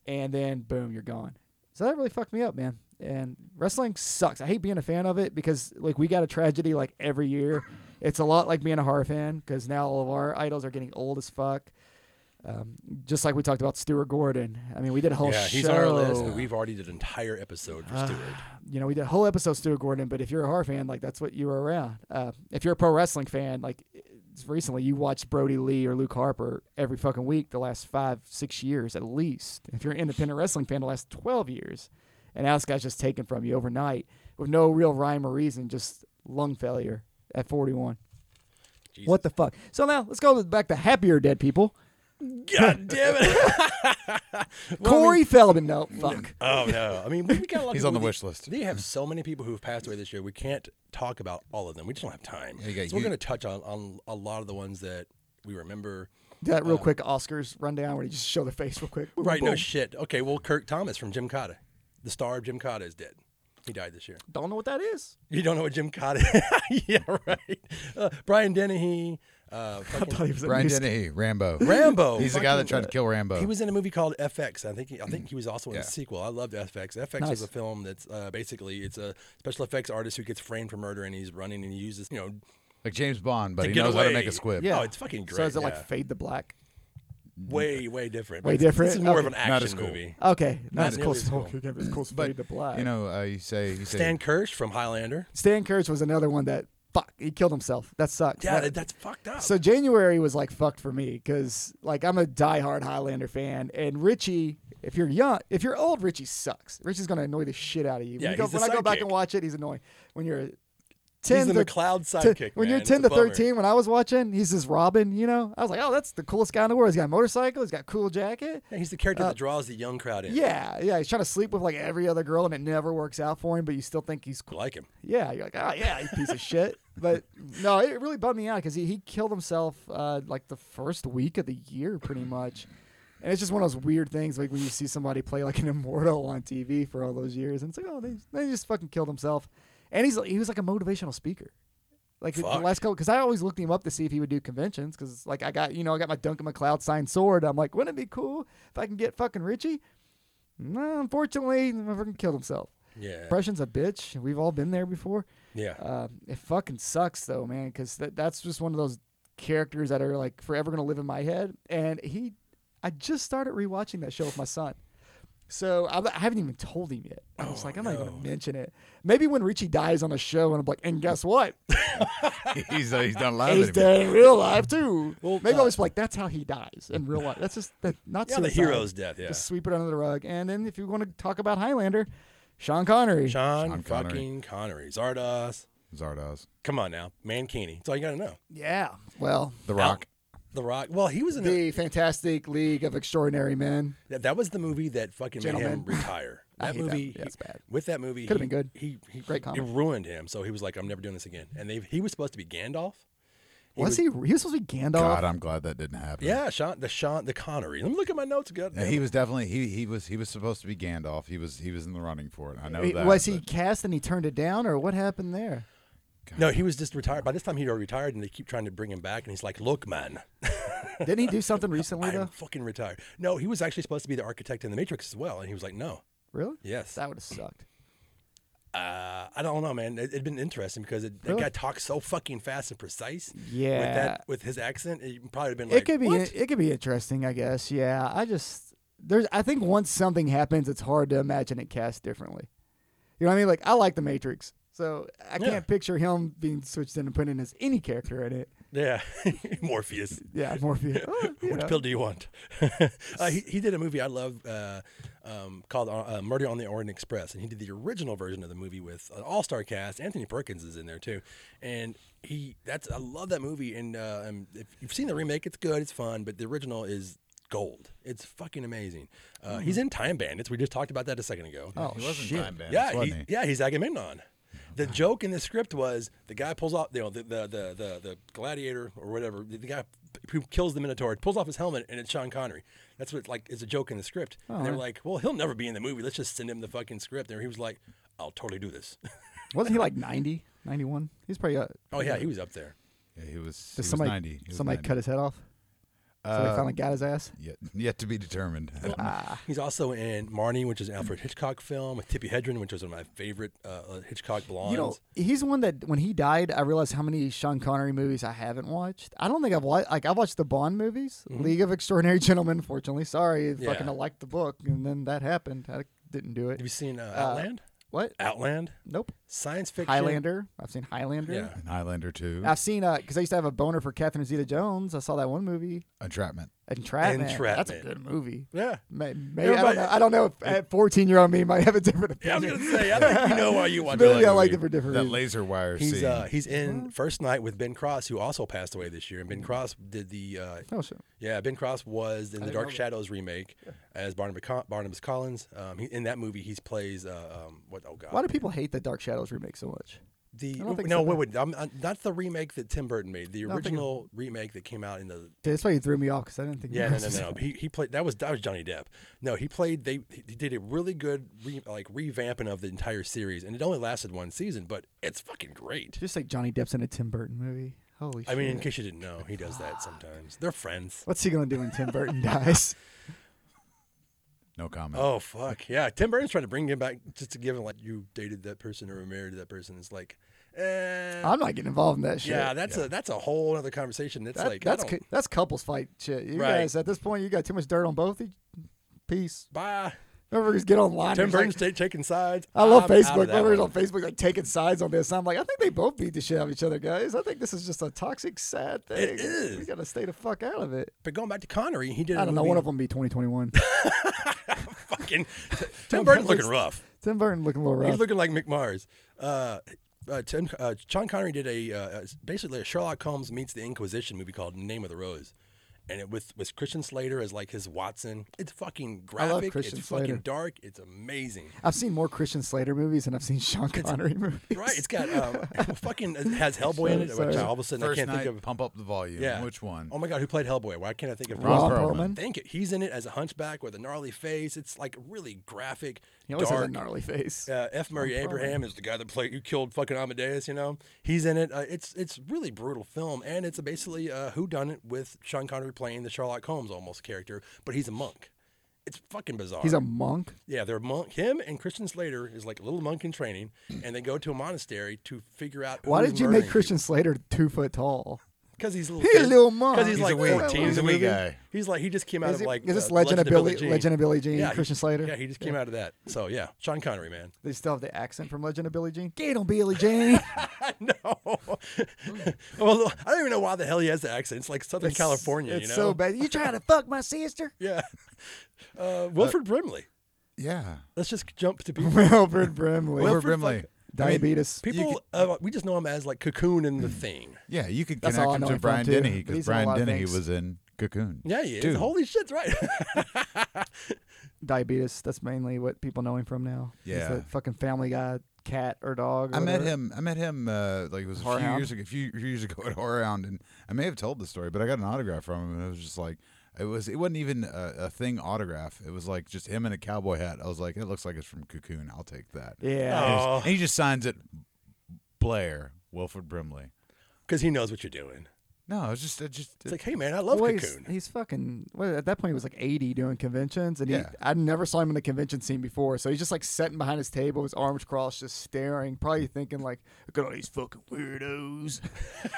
[SPEAKER 3] and then boom, you're gone. So that really fucked me up, man. And wrestling sucks. I hate being a fan of it because like we got a tragedy like every year. It's a lot like being a horror fan because now all of our idols are getting old as fuck. Um, just like we talked about Stuart Gordon. I mean, we did a whole
[SPEAKER 1] Yeah,
[SPEAKER 3] show.
[SPEAKER 1] he's on our list, and we've already did an entire episode for Stewart.
[SPEAKER 3] you know, we did a whole episode Stuart Gordon, but if you're a horror fan, like that's what you were around. Uh, if you're a pro wrestling fan, like it's recently you watched Brody Lee or Luke Harper every fucking week the last five, six years at least. If you're an independent wrestling fan, the last 12 years. And now this guy's just taken from you overnight with no real rhyme or reason, just lung failure at 41. What the fuck? So now let's go back to happier dead people.
[SPEAKER 1] God damn it!
[SPEAKER 3] Corey Feldman. No, fuck.
[SPEAKER 1] oh no! I mean, we got a lot.
[SPEAKER 4] He's
[SPEAKER 1] of
[SPEAKER 4] on the
[SPEAKER 1] people-
[SPEAKER 4] wish list.
[SPEAKER 1] They have so many people who have passed away this year. We can't talk about all of them. We just don't have time.
[SPEAKER 4] you got
[SPEAKER 1] so we're
[SPEAKER 4] you-
[SPEAKER 1] going to touch on, on a lot of the ones that we remember.
[SPEAKER 3] Do that real quick Oscars rundown where you just show the face real quick. Boom,
[SPEAKER 1] Uh, Right? No
[SPEAKER 3] boom.
[SPEAKER 1] shit. Okay. Well, Kirk Thomas from Jim Cotta, the star of Jim Cotta, is dead. He died this year.
[SPEAKER 3] Don't know what that is.
[SPEAKER 1] You don't know what Jim Cotta? yeah, right. Uh, Brian Dennehy. Uh, fucking-
[SPEAKER 3] Thought he was a
[SPEAKER 4] Brian
[SPEAKER 3] music-
[SPEAKER 4] Dennehy, Rambo.
[SPEAKER 1] Rambo.
[SPEAKER 4] He's the guy that tried to kill Rambo.
[SPEAKER 1] He was in a movie called FX. I think he, I think he was also in
[SPEAKER 4] Yeah.
[SPEAKER 1] a sequel. I loved FX. FX
[SPEAKER 3] Nice.
[SPEAKER 1] is a film that's uh, basically it's a special effects artist who gets framed for murder and he's running and he uses you know
[SPEAKER 4] like James Bond, but
[SPEAKER 1] to
[SPEAKER 4] he
[SPEAKER 1] get
[SPEAKER 4] knows how to
[SPEAKER 1] away.
[SPEAKER 4] make a squib.
[SPEAKER 1] Yeah. Oh, it's fucking
[SPEAKER 3] So
[SPEAKER 1] great,
[SPEAKER 3] is it like
[SPEAKER 1] yeah.
[SPEAKER 3] Fade to Black?
[SPEAKER 1] way way different.
[SPEAKER 3] Way
[SPEAKER 1] This
[SPEAKER 3] different?
[SPEAKER 1] is more of
[SPEAKER 3] Okay.
[SPEAKER 1] an action
[SPEAKER 4] as cool.
[SPEAKER 1] movie.
[SPEAKER 3] Okay, not
[SPEAKER 1] Not
[SPEAKER 3] as
[SPEAKER 1] nearly
[SPEAKER 3] close.
[SPEAKER 1] as
[SPEAKER 3] as
[SPEAKER 1] cool.
[SPEAKER 3] okay, it's close to Fade
[SPEAKER 4] But
[SPEAKER 3] to Black.
[SPEAKER 4] you know, uh, you say you say
[SPEAKER 1] Stan Kirsch from Highlander.
[SPEAKER 3] Stan Kurtz was another one that fuck. He killed himself. That sucks.
[SPEAKER 1] Yeah,
[SPEAKER 3] That-
[SPEAKER 1] that, that's fucked up.
[SPEAKER 3] so January was like fucked for me because like I'm a diehard Highlander fan, and Richie, if you're young, if you're old, Richie sucks. Richie's gonna annoy the shit out of you. When
[SPEAKER 1] Yeah,
[SPEAKER 3] you go-
[SPEAKER 1] he's the
[SPEAKER 3] when I go back
[SPEAKER 1] sidekick.
[SPEAKER 3] and watch it, he's annoying. When you're
[SPEAKER 1] he's
[SPEAKER 3] ten
[SPEAKER 1] the
[SPEAKER 3] to
[SPEAKER 1] McLeod
[SPEAKER 3] to-
[SPEAKER 1] sidekick.
[SPEAKER 3] when
[SPEAKER 1] man.
[SPEAKER 3] you're
[SPEAKER 1] It's
[SPEAKER 3] 10
[SPEAKER 1] a
[SPEAKER 3] to
[SPEAKER 1] bummer.
[SPEAKER 3] 13 when i was watching he's this robin you know i was like oh that's the coolest guy in the world he's got a motorcycle he's got a cool jacket
[SPEAKER 1] Yeah, he's the character that draws the young crowd in.
[SPEAKER 3] uh, yeah yeah he's trying to sleep with like every other girl and it never works out for him but you still think he's
[SPEAKER 1] I
[SPEAKER 3] cool
[SPEAKER 1] like him.
[SPEAKER 3] yeah you're like oh yeah you piece of shit but no it really bummed me out because he, he killed himself uh, like the first week of the year pretty much and it's just one of those weird things like when you see somebody play like an immortal on tv for all those years and it's like oh they, they just fucking killed himself and he's he was like a motivational speaker like the- the
[SPEAKER 1] Fuck.
[SPEAKER 3] last couple, because I always looked him up to see if he would do conventions. Because like I got, you know, I got my Duncan McLeod signed sword. I'm like, wouldn't it be cool if I can get fucking Richie? No, unfortunately, he fucking killed himself.
[SPEAKER 1] Yeah.
[SPEAKER 3] Depression's a bitch. We've all been there before.
[SPEAKER 1] Yeah.
[SPEAKER 3] Uh, it fucking sucks though, man, because that, that's just one of those characters that are like forever gonna live in my head. And he, I just started rewatching that show with my son, so I, I haven't even told him yet. I
[SPEAKER 1] Oh,
[SPEAKER 3] was like, I'm not even gonna mention it. Maybe when Richie dies on a show, and I'm like, and guess what?
[SPEAKER 4] he's uh, he's not alive
[SPEAKER 3] He's
[SPEAKER 4] anymore.
[SPEAKER 3] dead in real life too.
[SPEAKER 1] Well,
[SPEAKER 3] Maybe I
[SPEAKER 1] uh,
[SPEAKER 3] was like, that's how he dies in real life. That's just that not
[SPEAKER 1] Yeah, the
[SPEAKER 3] suicide.
[SPEAKER 1] hero's death, yeah.
[SPEAKER 3] just sweep it under the rug. And then if you want to talk about Highlander, Sean Connery.
[SPEAKER 1] Sean,
[SPEAKER 4] Sean Connery.
[SPEAKER 1] fucking Connery. Zardoz.
[SPEAKER 4] Zardoz,
[SPEAKER 1] Come on now, Mankini. That's all you got to know.
[SPEAKER 3] Yeah. Well,
[SPEAKER 4] The Rock.
[SPEAKER 1] The Rock. Well, he was in the,
[SPEAKER 3] the Fantastic League of Extraordinary Men.
[SPEAKER 1] that, that was the movie that fucking made
[SPEAKER 3] Gentlemen.
[SPEAKER 1] him retire.
[SPEAKER 3] I
[SPEAKER 1] That
[SPEAKER 3] hate that.
[SPEAKER 1] movie.
[SPEAKER 3] Yeah, it's bad.
[SPEAKER 1] With that movie,
[SPEAKER 3] Could've
[SPEAKER 1] he-
[SPEAKER 3] been good.
[SPEAKER 1] He, he
[SPEAKER 3] Great
[SPEAKER 1] It
[SPEAKER 3] comic.
[SPEAKER 1] ruined him, so he was like, "I'm never doing this again." And they he was supposed to be Gandalf.
[SPEAKER 3] was he? He was supposed to be Gandalf.
[SPEAKER 4] God, I'm glad that didn't happen.
[SPEAKER 1] Yeah, Sean the Sean the Connery. Let me look at my notes. God,
[SPEAKER 4] Yeah, he was definitely he he was he was supposed to be Gandalf. He was he was in the running for it. I know
[SPEAKER 3] Wait,
[SPEAKER 4] that.
[SPEAKER 3] was he
[SPEAKER 4] but-
[SPEAKER 3] cast and he turned it down, or what happened there?
[SPEAKER 1] no, he was just retired. By this time, he'd already retired, and they keep trying to bring him back. And he's like, "Look, man,
[SPEAKER 3] Didn't he do something recently
[SPEAKER 1] I'm
[SPEAKER 3] though?
[SPEAKER 1] fucking retired." No, he was actually supposed to be the architect in the Matrix as well, and he was like, "No."
[SPEAKER 3] Really?
[SPEAKER 1] Yes.
[SPEAKER 3] That would have sucked.
[SPEAKER 1] Uh, I don't know, man. It, it'd been interesting because it,
[SPEAKER 3] Really?
[SPEAKER 1] that guy talks so fucking fast and precise. with
[SPEAKER 3] Yeah.
[SPEAKER 1] that with his accent, it probably would have been like
[SPEAKER 3] It could be.
[SPEAKER 1] "What?"
[SPEAKER 3] It could be interesting, I guess. Yeah. I just there's I think once something happens, it's hard to imagine it cast differently. You know what I mean? Like I like the Matrix, so I
[SPEAKER 1] Yeah.
[SPEAKER 3] can't picture him being switched in and put in as any character in it.
[SPEAKER 1] Yeah, Morpheus.
[SPEAKER 3] Yeah, Morpheus. Oh, you
[SPEAKER 1] Which
[SPEAKER 3] know.
[SPEAKER 1] pill do you want? uh, he, he did a movie I love uh, um, called uh, uh, Murder on the Orient Express, and he did the original version of the movie with an all-star cast. Anthony Perkins is in there too, and he that's I love that movie. And uh, um, if you've seen the remake, it's good, it's fun, but the original is gold. It's fucking amazing. Uh, He's in Time Bandits. We just talked about that a second ago.
[SPEAKER 3] Oh,
[SPEAKER 4] He wasn't
[SPEAKER 3] shit.
[SPEAKER 4] Time Bandits,
[SPEAKER 1] Yeah,
[SPEAKER 4] wasn't
[SPEAKER 1] he,
[SPEAKER 4] he?
[SPEAKER 1] yeah, he's Agamemnon. The joke in the script was the guy pulls off, you know, the the the the, the gladiator or whatever, the, the guy who kills the Minotaur pulls off his helmet, and it's Sean Connery. That's what it's like is a joke in the script.
[SPEAKER 3] Oh,
[SPEAKER 1] and they're like, well, he'll never be in the movie. Let's just send him the fucking script. And he was like, I'll totally do this.
[SPEAKER 3] Wasn't he like 90, 91? He's pretty. Uh,
[SPEAKER 1] oh yeah, he was up there.
[SPEAKER 4] Yeah, he was. He
[SPEAKER 3] Did
[SPEAKER 4] was
[SPEAKER 3] somebody
[SPEAKER 4] ninety. He was
[SPEAKER 3] somebody
[SPEAKER 4] 90.
[SPEAKER 3] cut his head off? Somebody finally got his ass.
[SPEAKER 4] Yet, yet to be determined.
[SPEAKER 1] He's also in Marnie, which is an Alfred Hitchcock film, with Tippi Hedren, which was one of my favorite uh, uh, Hitchcock blondes.
[SPEAKER 3] You know, he's the one that when he died, I realized how many Sean Connery movies I haven't watched. I don't think I've watched like I've watched the Bond movies,
[SPEAKER 1] Mm-hmm.
[SPEAKER 3] League of Extraordinary Gentlemen. Fortunately, sorry, fucking I liked the book, and then that happened. I didn't do it.
[SPEAKER 1] Have you seen uh, Outland?
[SPEAKER 3] What?
[SPEAKER 1] Outland,
[SPEAKER 3] Nope.
[SPEAKER 1] science fiction.
[SPEAKER 3] Highlander. I've seen Highlander.
[SPEAKER 1] Yeah.
[SPEAKER 4] An Highlander two.
[SPEAKER 3] I've seen uh because I used to have a boner for Catherine Zeta-Jones. I saw that one movie,
[SPEAKER 4] Entrapment.
[SPEAKER 3] Entrapment. That's a
[SPEAKER 1] Entrapment.
[SPEAKER 3] good movie.
[SPEAKER 1] Yeah.
[SPEAKER 3] May Maybe, I, don't
[SPEAKER 1] Everybody-
[SPEAKER 3] know, I don't know if at 14 year old me might have a different
[SPEAKER 1] Yeah, I
[SPEAKER 3] opinion.
[SPEAKER 1] was gonna say. I think you know why you watch
[SPEAKER 3] Maybe
[SPEAKER 1] that
[SPEAKER 3] I liked it
[SPEAKER 1] movie.
[SPEAKER 3] for different
[SPEAKER 4] That
[SPEAKER 3] reasons.
[SPEAKER 4] laser wire
[SPEAKER 1] He's
[SPEAKER 4] scene.
[SPEAKER 1] uh, he's
[SPEAKER 3] Oh.
[SPEAKER 1] in First Night with Ben Cross, who also passed away this year. And
[SPEAKER 3] Mm.
[SPEAKER 1] Ben Cross did the uh,
[SPEAKER 3] Oh, shit.
[SPEAKER 1] yeah. Ben Cross was in the Dark Shadows remake as Barnabas, Con- Barnabas Collins. Um, he, in that movie, he plays uh, um, what? Oh God,
[SPEAKER 3] Why do people hate the Dark Shadows remake so much?
[SPEAKER 1] the
[SPEAKER 3] I don't think
[SPEAKER 1] no
[SPEAKER 3] so.
[SPEAKER 1] wait wait I'm, i not the remake that Tim Burton made. The
[SPEAKER 3] No, I'm thinking-
[SPEAKER 1] original remake that came out in the
[SPEAKER 3] Dude, that's why you threw me off because I didn't think.
[SPEAKER 1] Yeah,
[SPEAKER 3] you
[SPEAKER 1] no,
[SPEAKER 3] guys-
[SPEAKER 1] no, no. He, he played that was that was Johnny Depp. No, he played they he did a really good re, like revamping of the entire series, and it only lasted one season, but it's fucking great.
[SPEAKER 3] Just like Johnny Depp's in a Tim Burton movie. Holy
[SPEAKER 1] I
[SPEAKER 3] shit.
[SPEAKER 1] mean, in case you didn't know, he does that sometimes. They're friends.
[SPEAKER 3] what's he gonna do when Tim Burton dies?
[SPEAKER 4] no comment.
[SPEAKER 1] Oh fuck yeah! Tim Burton's trying to bring him back just to give him like you dated that person or were married to that person. It's like, eh,
[SPEAKER 3] I'm not getting involved in that Oh, shit.
[SPEAKER 1] yeah, that's a that's a whole other conversation. It's
[SPEAKER 3] That-
[SPEAKER 1] like
[SPEAKER 3] that's
[SPEAKER 1] I
[SPEAKER 3] cou-
[SPEAKER 1] don't,
[SPEAKER 3] that's couples fight shit. You
[SPEAKER 1] Right.
[SPEAKER 3] guys, at this point, you got too much dirt on both. of you. Peace.
[SPEAKER 1] bye.
[SPEAKER 3] Remember, just get online.
[SPEAKER 1] Tim
[SPEAKER 3] It's like-
[SPEAKER 1] Burton's ta- taking sides.
[SPEAKER 3] I love
[SPEAKER 1] I'm out of
[SPEAKER 3] Facebook.
[SPEAKER 1] that
[SPEAKER 3] Remember,
[SPEAKER 1] one.
[SPEAKER 3] on Facebook like taking sides on this. I'm like, I think they both beat the shit out of each other, guys. I think this is just a toxic, sad thing. We
[SPEAKER 1] is.
[SPEAKER 3] gotta stay the fuck out of it.
[SPEAKER 1] But going back to Connery, he did.
[SPEAKER 3] I don't
[SPEAKER 1] a
[SPEAKER 3] know.
[SPEAKER 1] movie-
[SPEAKER 3] One of them be 2021.
[SPEAKER 1] fucking Tim Burton's looking rough.
[SPEAKER 3] Tim Burton looking a little rough.
[SPEAKER 1] He's looking like McMars. Uh, uh, Tim, uh, Sean Connery did a uh, uh, basically a Sherlock Holmes meets the Inquisition movie called Name of the Rose, and it with with Christian Slater as like his Watson. It's fucking
[SPEAKER 3] I
[SPEAKER 1] graphic.
[SPEAKER 3] love Christian
[SPEAKER 1] it's
[SPEAKER 3] Slater.
[SPEAKER 1] fucking dark. It's amazing.
[SPEAKER 3] I've seen more Christian Slater movies than I've seen Sean Connery movies.
[SPEAKER 1] Right? It's got um, fucking it has Hellboy in it,
[SPEAKER 3] Sorry.
[SPEAKER 1] which I all of a sudden oh, I
[SPEAKER 4] First
[SPEAKER 1] can't
[SPEAKER 4] night,
[SPEAKER 1] think of.
[SPEAKER 4] pump up the volume.
[SPEAKER 1] Yeah.
[SPEAKER 4] Which one?
[SPEAKER 1] Oh my god, who played Hellboy? Why can't I think of
[SPEAKER 3] Ron
[SPEAKER 4] Perlman.
[SPEAKER 3] Perlman.
[SPEAKER 1] Thank you. He's in it as a hunchback with a gnarly face. It's like really graphic,
[SPEAKER 3] He always has a
[SPEAKER 1] dark.
[SPEAKER 3] gnarly face.
[SPEAKER 1] uh, F. Murray Abraham is the guy that played you killed fucking Amadeus. You know, he's in it. Uh, it's it's really brutal film, and it's basically uh, who done it with Sean Connery playing the Sherlock Holmes almost character, but he's a monk. It's fucking bizarre.
[SPEAKER 3] He's a monk.
[SPEAKER 1] yeah, they're monk. Him and Christian Slater is like a little monk in training, and they go to a monastery to figure out.
[SPEAKER 3] Why did you make Christian Slater two foot tall?
[SPEAKER 1] Because he's a little,
[SPEAKER 3] He's a
[SPEAKER 1] kid.
[SPEAKER 3] little monk.
[SPEAKER 1] 'Cause he's,
[SPEAKER 3] He's
[SPEAKER 1] like
[SPEAKER 3] a wee-
[SPEAKER 1] 14.
[SPEAKER 4] he's a
[SPEAKER 1] in
[SPEAKER 4] wee
[SPEAKER 1] the movie.
[SPEAKER 4] guy.
[SPEAKER 1] He's like he just came out
[SPEAKER 3] Is,
[SPEAKER 1] of
[SPEAKER 3] it-
[SPEAKER 1] like
[SPEAKER 3] is this
[SPEAKER 1] uh,
[SPEAKER 3] Legend of Billy,
[SPEAKER 1] Jean.
[SPEAKER 3] Legend of Billy Jean?
[SPEAKER 1] Yeah, he-
[SPEAKER 3] Christian Slater.
[SPEAKER 1] Yeah, he just came out of that. So yeah, Sean Connery, man.
[SPEAKER 3] They still have the accent from Legend of Billy Jean. Get on Billy Jean.
[SPEAKER 1] no. well, I don't even know why the hell he has the accent. It's like Southern California,
[SPEAKER 3] it's
[SPEAKER 1] you know?
[SPEAKER 3] so bad. You trying to fuck my sister?
[SPEAKER 1] Yeah. Uh, Wilfred Brimley.
[SPEAKER 4] yeah.
[SPEAKER 1] Let's just jump to people.
[SPEAKER 3] Wilfred Brimley.
[SPEAKER 1] fuck-
[SPEAKER 4] Wilfred Brimley.
[SPEAKER 3] Diabetes.
[SPEAKER 1] People, uh, we just know him as like Cocoon in the
[SPEAKER 3] Hmm.
[SPEAKER 1] thing.
[SPEAKER 4] Yeah, you could
[SPEAKER 3] That's
[SPEAKER 4] connect
[SPEAKER 3] all I
[SPEAKER 4] him
[SPEAKER 3] know
[SPEAKER 4] to
[SPEAKER 3] him from,
[SPEAKER 4] Brian
[SPEAKER 3] too.
[SPEAKER 4] Dennehy
[SPEAKER 3] He's in
[SPEAKER 4] because
[SPEAKER 3] a
[SPEAKER 4] Brian
[SPEAKER 3] lot of
[SPEAKER 4] Dennehy
[SPEAKER 3] things.
[SPEAKER 4] was in Cocoon.
[SPEAKER 1] Yeah, he is.
[SPEAKER 4] Dude.
[SPEAKER 1] Holy shit's right.
[SPEAKER 3] Diabetes. That's mainly what people know him from now. He's
[SPEAKER 4] Yeah.
[SPEAKER 3] that fucking Family Guy cat or dog. Or
[SPEAKER 4] I met
[SPEAKER 3] whatever.
[SPEAKER 4] him. I met him. Uh, like it was a few
[SPEAKER 3] Horror Hound?
[SPEAKER 4] years ago. A few years ago at Horror Hound, and I may have told the story, but I got an autograph from him, and it was just like it was. It wasn't even a, a thing autograph. It was like just him in a cowboy hat. I was like, it looks like it's from Cocoon. I'll take that.
[SPEAKER 3] Yeah.
[SPEAKER 4] And, he just-
[SPEAKER 1] Oh.
[SPEAKER 4] and he just signs it, Blair Wilfred Brimley.
[SPEAKER 1] Because he knows what you're doing.
[SPEAKER 4] No, it's just, it just,
[SPEAKER 1] It's like, hey man, I love
[SPEAKER 3] Well, he's,
[SPEAKER 1] Cocoon.
[SPEAKER 3] he's fucking. What, at that point, he was like 80 doing conventions, and
[SPEAKER 4] Yeah.
[SPEAKER 3] he, I never saw him in the convention scene before. So he's just like sitting behind his table, his arms crossed, just staring, probably thinking like, "Look at all these fucking weirdos."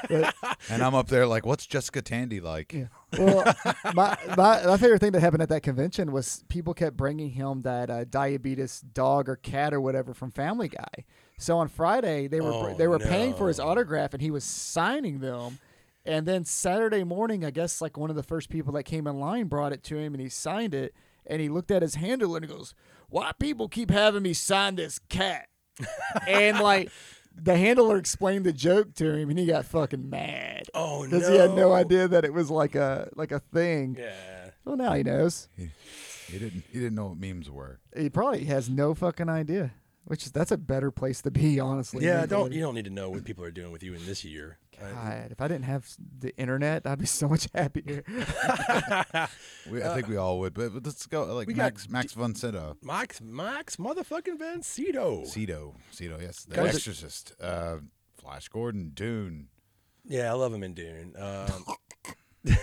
[SPEAKER 4] and I'm up there like, what's Jessica Tandy like?
[SPEAKER 3] Yeah. Well, my, my my favorite thing that happened at that convention was people kept bringing him that uh, diabetes dog or cat or whatever from Family Guy. So on Friday they were
[SPEAKER 1] Oh,
[SPEAKER 3] they were paying for his
[SPEAKER 1] no.
[SPEAKER 3] autograph and he was signing them. And then Saturday morning, I guess like one of the first people that came in line brought it to him and he signed it. And he looked at his handle and he goes, "Why people keep having me sign this cat?" and like. The handler explained the joke to him, and he got fucking mad
[SPEAKER 1] Oh no.
[SPEAKER 3] because he had no idea that it was like a like a thing.
[SPEAKER 1] Yeah.
[SPEAKER 3] Well, now he knows.
[SPEAKER 4] He didn't, he didn't know what memes were.
[SPEAKER 3] He probably has no fucking idea. Which is, that's a better place to be, honestly.
[SPEAKER 1] Yeah,
[SPEAKER 3] than
[SPEAKER 1] don't
[SPEAKER 3] to-
[SPEAKER 1] you don't need to know what people are doing with you in this year. Uh,
[SPEAKER 3] God, if I didn't have s- the internet, I'd be so much happier.
[SPEAKER 4] We, I think we all would, but, but let's go like
[SPEAKER 1] Uh, we got
[SPEAKER 4] Max, Max von Sydow.
[SPEAKER 1] Max Max motherfucking Vancito.
[SPEAKER 4] Cito, Cito, yes, The
[SPEAKER 1] Guys-
[SPEAKER 4] Exorcist, uh, Flash Gordon, Dune.
[SPEAKER 1] Yeah, I love him in Dune. Um,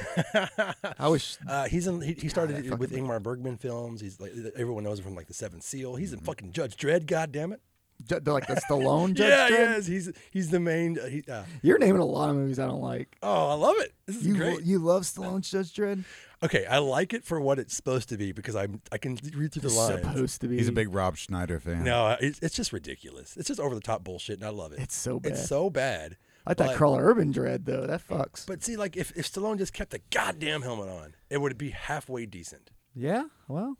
[SPEAKER 3] I wish.
[SPEAKER 1] uh, he's in. He, he started
[SPEAKER 3] that
[SPEAKER 1] with
[SPEAKER 3] fucking-
[SPEAKER 1] Ingmar Bergman films. He's like e, everyone knows him from like The Seventh Seal. He's
[SPEAKER 3] Mm-hmm.
[SPEAKER 1] in fucking Judge Dredd. God damn it.
[SPEAKER 3] Ju- the- like the Stallone judge.
[SPEAKER 1] yeah,
[SPEAKER 3] thing.
[SPEAKER 1] he is. He's he's the main. Uh, he, uh,
[SPEAKER 3] You're naming a lot of movies I don't like.
[SPEAKER 1] oh, I love it. This is
[SPEAKER 3] You
[SPEAKER 1] great.
[SPEAKER 3] you love Stallone's Judge Dredd?
[SPEAKER 1] okay, I like it for what it's supposed to be because I'm I can read through the lines.
[SPEAKER 3] Supposed to be.
[SPEAKER 4] He's a big Rob Schneider fan.
[SPEAKER 1] No, uh, it's, it's just ridiculous. It's just over the top bullshit, and I love it.
[SPEAKER 3] It's so bad.
[SPEAKER 1] It's so bad.
[SPEAKER 3] I thought
[SPEAKER 1] but-
[SPEAKER 3] Carl Urban Dredd though. That fucks.
[SPEAKER 1] But see, like if, if Stallone just kept the goddamn helmet on, it would be halfway decent.
[SPEAKER 3] yeah. Well.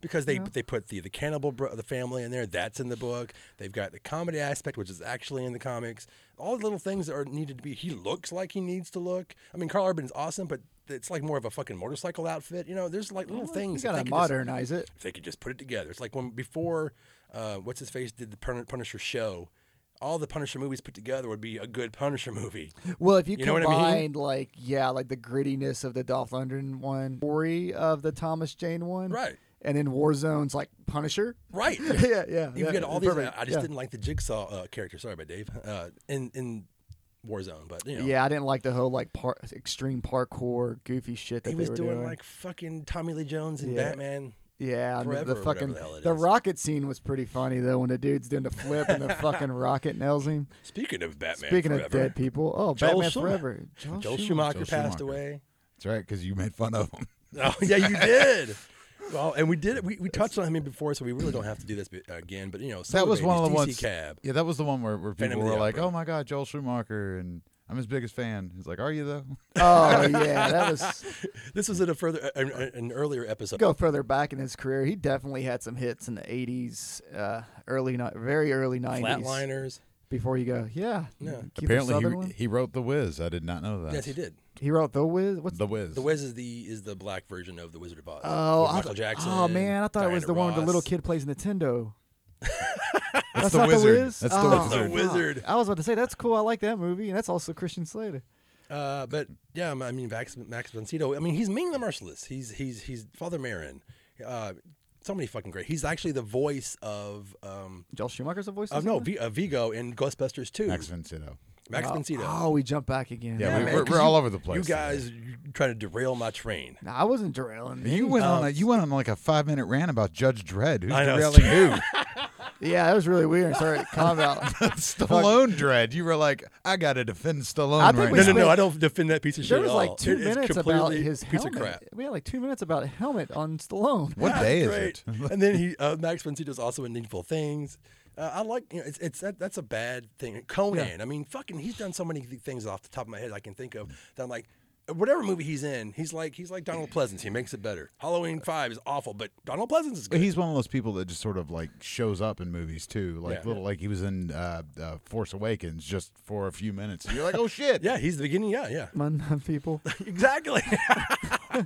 [SPEAKER 1] Because
[SPEAKER 3] Mm-hmm.
[SPEAKER 1] they they put the the cannibal bro- the family in there. That's in the book. They've got the comedy aspect, which is actually in the comics. All the little things that are needed to be. He looks like he needs to look. I mean, Carl Urban's awesome, but it's like more of a fucking motorcycle outfit. You know, there's like little
[SPEAKER 3] Mm-hmm. You
[SPEAKER 1] things. that they
[SPEAKER 3] gotta
[SPEAKER 1] could just-
[SPEAKER 3] modernize it.
[SPEAKER 1] if they could just put it together. It's like when before, uh, what's his face did the Pun- Punisher show, all the Punisher movies put together would be a good Punisher movie.
[SPEAKER 3] Well, if you,
[SPEAKER 1] You know
[SPEAKER 3] combine
[SPEAKER 1] what I mean?
[SPEAKER 3] like yeah, like the grittiness of the Dolph Lundgren one, story of the Thomas Jane one,
[SPEAKER 1] Right.
[SPEAKER 3] and then Warzone's like Punisher,
[SPEAKER 1] Right.
[SPEAKER 3] yeah, yeah.
[SPEAKER 1] You
[SPEAKER 3] yeah,
[SPEAKER 1] get all these.
[SPEAKER 3] perfect,
[SPEAKER 1] I just
[SPEAKER 3] yeah.
[SPEAKER 1] didn't like the Jigsaw uh, character. Sorry about Dave. Uh, in in Warzone, but you know,
[SPEAKER 3] Yeah, I didn't like the whole like par- extreme parkour goofy shit that
[SPEAKER 1] he
[SPEAKER 3] they
[SPEAKER 1] was
[SPEAKER 3] were
[SPEAKER 1] doing, like fucking Tommy Lee Jones and
[SPEAKER 3] Yeah.
[SPEAKER 1] Batman.
[SPEAKER 3] yeah, I mean,
[SPEAKER 1] Forever
[SPEAKER 3] the
[SPEAKER 1] or whatever
[SPEAKER 3] fucking
[SPEAKER 1] the hell it is.
[SPEAKER 3] rocket scene was pretty funny though when the dude's doing the flip and the fucking rocket nails him.
[SPEAKER 1] Speaking of Batman,
[SPEAKER 3] Speaking
[SPEAKER 1] forever,
[SPEAKER 3] of dead people, oh
[SPEAKER 1] Joel
[SPEAKER 3] Batman
[SPEAKER 1] Schumacher.
[SPEAKER 3] Forever, Joel,
[SPEAKER 1] Joel
[SPEAKER 3] Schumacher.
[SPEAKER 1] Schumacher
[SPEAKER 4] Joel
[SPEAKER 1] passed
[SPEAKER 4] Schumacher.
[SPEAKER 1] away.
[SPEAKER 4] That's right, because you made fun of him.
[SPEAKER 1] Oh yeah, you did. Well, and we did it. We, we touched on him before, so we really don't have to do this bi- again. But you know,
[SPEAKER 4] that was
[SPEAKER 1] Solar
[SPEAKER 4] one of the
[SPEAKER 1] Babies,
[SPEAKER 4] ones.
[SPEAKER 1] DC Cab.
[SPEAKER 4] Yeah, that was the one where, where people
[SPEAKER 1] Phantom of
[SPEAKER 4] were
[SPEAKER 1] the
[SPEAKER 4] like,
[SPEAKER 1] Opera.
[SPEAKER 4] "Oh my God, Joel Schumacher," and I'm his biggest fan. He's like, "Are you though?"
[SPEAKER 3] Oh yeah, that was
[SPEAKER 1] This was in a further an, an earlier episode.
[SPEAKER 3] go further back in his career, he definitely had some hits in the '80s, uh, early, ni- very early '90s.
[SPEAKER 1] Flatliners.
[SPEAKER 3] Before you go, yeah,
[SPEAKER 1] Yeah.
[SPEAKER 3] Keith
[SPEAKER 4] Apparently,
[SPEAKER 3] Sutherland?
[SPEAKER 4] he, he wrote The Wiz. I did not know that.
[SPEAKER 1] Yes, he did.
[SPEAKER 3] he wrote the Wiz. What's
[SPEAKER 4] The Wiz.
[SPEAKER 1] The Wiz is the is the black version of the Wizard of Oz.
[SPEAKER 3] oh,
[SPEAKER 1] with
[SPEAKER 3] I
[SPEAKER 1] Michael
[SPEAKER 3] thought-
[SPEAKER 1] Jackson.
[SPEAKER 3] Oh man, I thought it was
[SPEAKER 1] Diana
[SPEAKER 3] the one where the
[SPEAKER 1] Ross.
[SPEAKER 3] little kid plays Nintendo. that's
[SPEAKER 4] the
[SPEAKER 3] not
[SPEAKER 4] Wizard.
[SPEAKER 3] the Wiz.
[SPEAKER 4] That's the
[SPEAKER 3] Oh,
[SPEAKER 4] Wizard.
[SPEAKER 1] The Wizard.
[SPEAKER 3] fuck. I was about to say that's cool. I like that movie, and that's also Christian Slater.
[SPEAKER 1] Uh, but yeah, I mean Max Max Vencito. I mean he's Ming the Merciless. He's he's he's Father Marin. Uh, so many fucking great. He's actually the voice of um
[SPEAKER 3] Joel Schumacher's a voice. in
[SPEAKER 1] of no
[SPEAKER 3] something?
[SPEAKER 1] v- uh, Vigo in Ghostbusters two.
[SPEAKER 4] Max Vincito.
[SPEAKER 1] Max
[SPEAKER 3] oh,
[SPEAKER 1] Vencito.
[SPEAKER 3] Oh, we jump back again.
[SPEAKER 4] Yeah,
[SPEAKER 1] Yeah,
[SPEAKER 4] we,
[SPEAKER 1] man,
[SPEAKER 4] we're,
[SPEAKER 1] 'cause
[SPEAKER 4] we're
[SPEAKER 1] you-
[SPEAKER 4] all over the place.
[SPEAKER 1] you
[SPEAKER 4] today.
[SPEAKER 1] guys you trying to derail my train.
[SPEAKER 3] Nah, I wasn't derailing.
[SPEAKER 4] You went on a you went on like a five minute rant about Judge Dredd, who's
[SPEAKER 1] um, I know.
[SPEAKER 4] derailing who?
[SPEAKER 3] Yeah, that was really weird. Sorry, calm out.
[SPEAKER 4] Stallone Dredd. You were like, I gotta defend Stallone
[SPEAKER 3] I think
[SPEAKER 4] right
[SPEAKER 3] we
[SPEAKER 1] No,
[SPEAKER 4] now.
[SPEAKER 1] no, no!
[SPEAKER 3] spent-
[SPEAKER 1] I don't defend that piece of shit.
[SPEAKER 3] There was
[SPEAKER 1] at
[SPEAKER 3] like
[SPEAKER 1] all.
[SPEAKER 3] two
[SPEAKER 1] It is
[SPEAKER 3] minutes about
[SPEAKER 1] completely
[SPEAKER 3] his
[SPEAKER 1] piece
[SPEAKER 3] helmet.
[SPEAKER 1] of crap.
[SPEAKER 3] We had like two minutes about helmet on Stallone.
[SPEAKER 4] What day is
[SPEAKER 1] Great.
[SPEAKER 4] it?
[SPEAKER 1] and then he uh, Max Vincito's also in Needful Things. Uh, I like you know it's, it's that, that's a bad thing. Conan. I mean, fucking, he's done so many th- things off the top of my head I can think of that I'm like, whatever movie he's in, he's like he's like Donald Pleasance. He makes it better. Halloween Five is awful, but Donald Pleasance is
[SPEAKER 4] But
[SPEAKER 1] good.
[SPEAKER 4] he's one of those people that just sort of like shows up in movies too, like
[SPEAKER 1] Yeah.
[SPEAKER 4] little like he was in uh, uh, Force Awakens just for a few minutes. And you're like, oh shit!
[SPEAKER 1] yeah, he's the beginning. Yeah, yeah,
[SPEAKER 3] Mon on people.
[SPEAKER 1] exactly.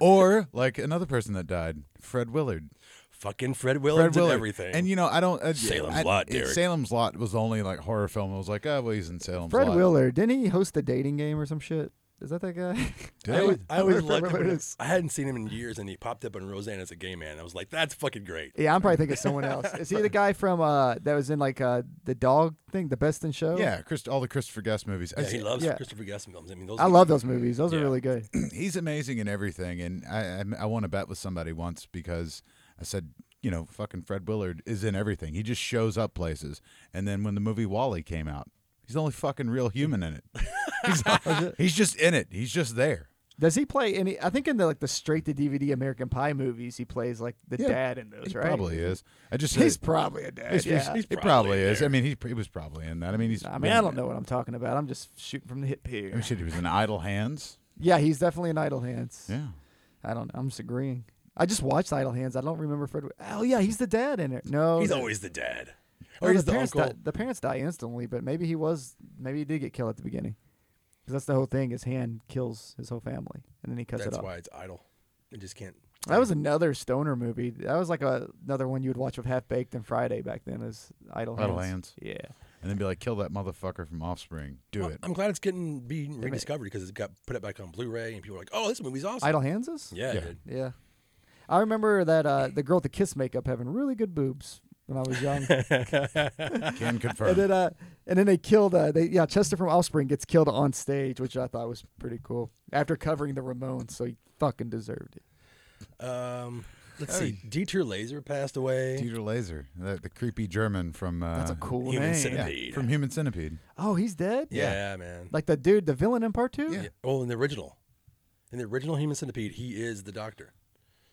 [SPEAKER 4] Or like another person that died, Fred Willard.
[SPEAKER 1] fucking Fred Willard
[SPEAKER 4] Fred
[SPEAKER 1] did
[SPEAKER 4] Willard.
[SPEAKER 1] everything.
[SPEAKER 4] And you know, I don't. I,
[SPEAKER 1] Salem's
[SPEAKER 4] I-
[SPEAKER 1] Lot,
[SPEAKER 4] it-
[SPEAKER 1] Derek.
[SPEAKER 4] Salem's Lot was the only like horror film. I was like, oh, well, he's in Salem's
[SPEAKER 3] Fred
[SPEAKER 4] Lot.
[SPEAKER 3] Willard, didn't he host the dating game or some shit? Is that that guy?
[SPEAKER 1] I always, I always
[SPEAKER 3] remember
[SPEAKER 1] loved him.
[SPEAKER 3] what
[SPEAKER 1] when
[SPEAKER 3] it
[SPEAKER 1] I-
[SPEAKER 3] is.
[SPEAKER 1] I hadn't seen him in years, and he popped up on Roseanne as a gay man. I was like, that's fucking great.
[SPEAKER 3] yeah, I'm probably thinking of someone else. Is he the guy from uh that was in like uh the dog thing, the Best in Show?
[SPEAKER 4] Yeah, Chris, all the Christopher Guest movies. I
[SPEAKER 1] Yeah, he
[SPEAKER 4] see-
[SPEAKER 1] loves
[SPEAKER 3] yeah.
[SPEAKER 1] Christopher Guest films. I mean, those
[SPEAKER 3] I
[SPEAKER 1] are-
[SPEAKER 3] love those movies. Those are
[SPEAKER 1] Yeah.
[SPEAKER 3] really good.
[SPEAKER 4] he's amazing in everything, and I I, I want to bet with somebody once because I said you know fucking Fred Willard is in everything. He just shows up places, and then when the movie Wally came out, he's the only fucking real human in it. he's, he's just in it. He's just there.
[SPEAKER 3] Does he play any? I think in the like the straight to DVD American Pie movies, he plays like the
[SPEAKER 4] Yeah,
[SPEAKER 3] dad in those,
[SPEAKER 4] He
[SPEAKER 3] right?
[SPEAKER 4] probably is. I just
[SPEAKER 3] He's probably a dad.
[SPEAKER 4] He's-
[SPEAKER 3] yeah.
[SPEAKER 4] he's- he probably is. I mean, he, he was probably in that. I mean, he's.
[SPEAKER 3] I mean, I don't know what I'm talking about. I'm just shooting from the hip
[SPEAKER 4] I mean,
[SPEAKER 3] here.
[SPEAKER 4] shit, he was in Idle Hands.
[SPEAKER 3] Yeah, he's definitely an Idle Hands.
[SPEAKER 4] Yeah.
[SPEAKER 3] I don't. I'm just agreeing. I just watched Idle Hands. I don't remember Fred. Oh yeah, he's the dad in it. No,
[SPEAKER 1] He's
[SPEAKER 3] the-
[SPEAKER 1] always the dad,
[SPEAKER 3] no,
[SPEAKER 1] or he's the,
[SPEAKER 3] parents
[SPEAKER 1] uncle.
[SPEAKER 3] die- the parents die instantly, but maybe he was. Maybe he did get killed at the beginning. Because that's the whole thing. His hand kills his whole family, and then he cuts
[SPEAKER 1] That's
[SPEAKER 3] it off.
[SPEAKER 1] why it's idle. It just can't.
[SPEAKER 3] That was another stoner movie. That was like a, another one you would watch with Half Baked and Friday back then. Is Idle Hands.
[SPEAKER 4] Idle Hands.
[SPEAKER 3] Yeah.
[SPEAKER 4] And then be like, kill that motherfucker from Offspring. Do
[SPEAKER 1] Well,
[SPEAKER 4] it.
[SPEAKER 1] I'm glad it's getting being rediscovered because it got put up back on Blu-ray, and people are like, "Oh, this movie's awesome."
[SPEAKER 3] Idle Hands is.
[SPEAKER 1] yeah,
[SPEAKER 4] Yeah.
[SPEAKER 1] Dude.
[SPEAKER 3] Yeah. I remember that uh, the girl with the kiss makeup having really good boobs when I was young.
[SPEAKER 4] Can confirm.
[SPEAKER 3] and then uh, and then they killed uh, they yeah, Chester from Offspring gets killed on stage, which I thought was pretty cool. After covering the Ramones, so he fucking deserved it.
[SPEAKER 1] Um, let's see. Dieter Laser passed away.
[SPEAKER 4] Dieter Laser, the, the creepy German from uh,
[SPEAKER 1] Uh-huh.
[SPEAKER 3] That's a cool
[SPEAKER 1] Human
[SPEAKER 3] name.
[SPEAKER 1] Centipede.
[SPEAKER 4] yeah, from Human Centipede.
[SPEAKER 3] Oh, he's dead?
[SPEAKER 1] yeah, man.
[SPEAKER 3] Like the dude, the villain in part two?
[SPEAKER 4] Yeah.
[SPEAKER 1] Yeah. Well, in the original, in the original Human Centipede, he is the doctor.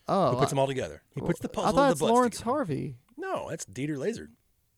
[SPEAKER 3] Oh.
[SPEAKER 1] He
[SPEAKER 3] I-
[SPEAKER 1] puts them all together. He puts the puzzle
[SPEAKER 3] I
[SPEAKER 1] of
[SPEAKER 3] thought
[SPEAKER 1] the
[SPEAKER 3] it's
[SPEAKER 1] bloods
[SPEAKER 3] Lawrence
[SPEAKER 1] together.
[SPEAKER 3] Harvey.
[SPEAKER 1] No, that's Dieter Laser.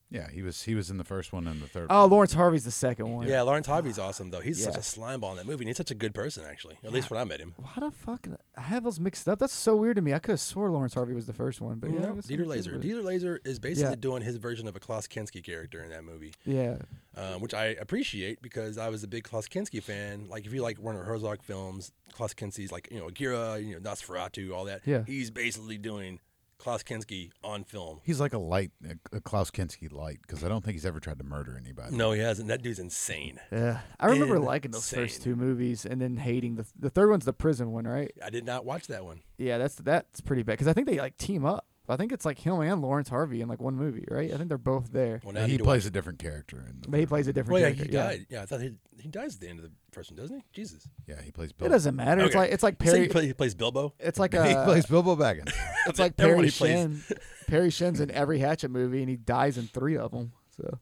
[SPEAKER 4] Yeah, he was he was in the first one and the third.
[SPEAKER 3] Oh,
[SPEAKER 4] one.
[SPEAKER 3] Lawrence Harvey's the second one.
[SPEAKER 1] Oh, Yeah, Lawrence Harvey's awesome though. He's such
[SPEAKER 3] Yeah.
[SPEAKER 1] a slime ball in that movie, and he's such a good person actually. At least when I met him.
[SPEAKER 3] Why the fuck did I have those mixed up? That's so weird to me. I could have swore Lawrence Harvey was the first one, but yeah, I
[SPEAKER 1] No,
[SPEAKER 3] guess
[SPEAKER 1] Dieter
[SPEAKER 3] it
[SPEAKER 1] Laser.
[SPEAKER 3] was-
[SPEAKER 1] Dieter Laser is basically
[SPEAKER 3] Yeah.
[SPEAKER 1] doing his version of a Klaus Kinski character in that movie,
[SPEAKER 3] Yeah.
[SPEAKER 1] um, which I appreciate because I was a big Klaus Kinski fan. Like, if you like Werner Herzog films, Klaus Kinski's like, you know, Akira, you know, Nosferatu, all that.
[SPEAKER 3] Yeah.
[SPEAKER 1] He's basically doing Klaus Kinski on film.
[SPEAKER 4] he's like a light, a, a Klaus Kinski light, because I don't think he's ever tried to murder anybody.
[SPEAKER 1] No, he hasn't. That dude's insane.
[SPEAKER 3] Yeah, I remember liking those
[SPEAKER 1] Insane.
[SPEAKER 3] first two movies and then hating the the third one's the prison one, right?
[SPEAKER 1] I did not watch that one.
[SPEAKER 3] Yeah, that's that's pretty bad because I think they like team up. I think it's like him and Lawrence Harvey in like one movie, right? I think they're both there.
[SPEAKER 1] Well, now
[SPEAKER 4] he
[SPEAKER 1] need to watch-
[SPEAKER 4] plays a different character. In the
[SPEAKER 3] But he
[SPEAKER 4] third
[SPEAKER 3] plays a different
[SPEAKER 1] Well, yeah, he
[SPEAKER 3] character.
[SPEAKER 1] died. Yeah, I thought he, he dies at the end of the first one, doesn't he? Jesus.
[SPEAKER 4] one. Yeah, he plays.
[SPEAKER 3] It
[SPEAKER 4] Bilbo.
[SPEAKER 3] doesn't matter. It's
[SPEAKER 1] Okay.
[SPEAKER 3] like it's like
[SPEAKER 1] You say
[SPEAKER 3] Perry.
[SPEAKER 1] he, play, he plays Bilbo.
[SPEAKER 3] it's like
[SPEAKER 4] he
[SPEAKER 3] a
[SPEAKER 4] plays Bilbo Baggins.
[SPEAKER 3] it's like Perry
[SPEAKER 1] Everybody plays-
[SPEAKER 3] Shin. Perry Shin's in every Hatchet movie and he dies in three of them. So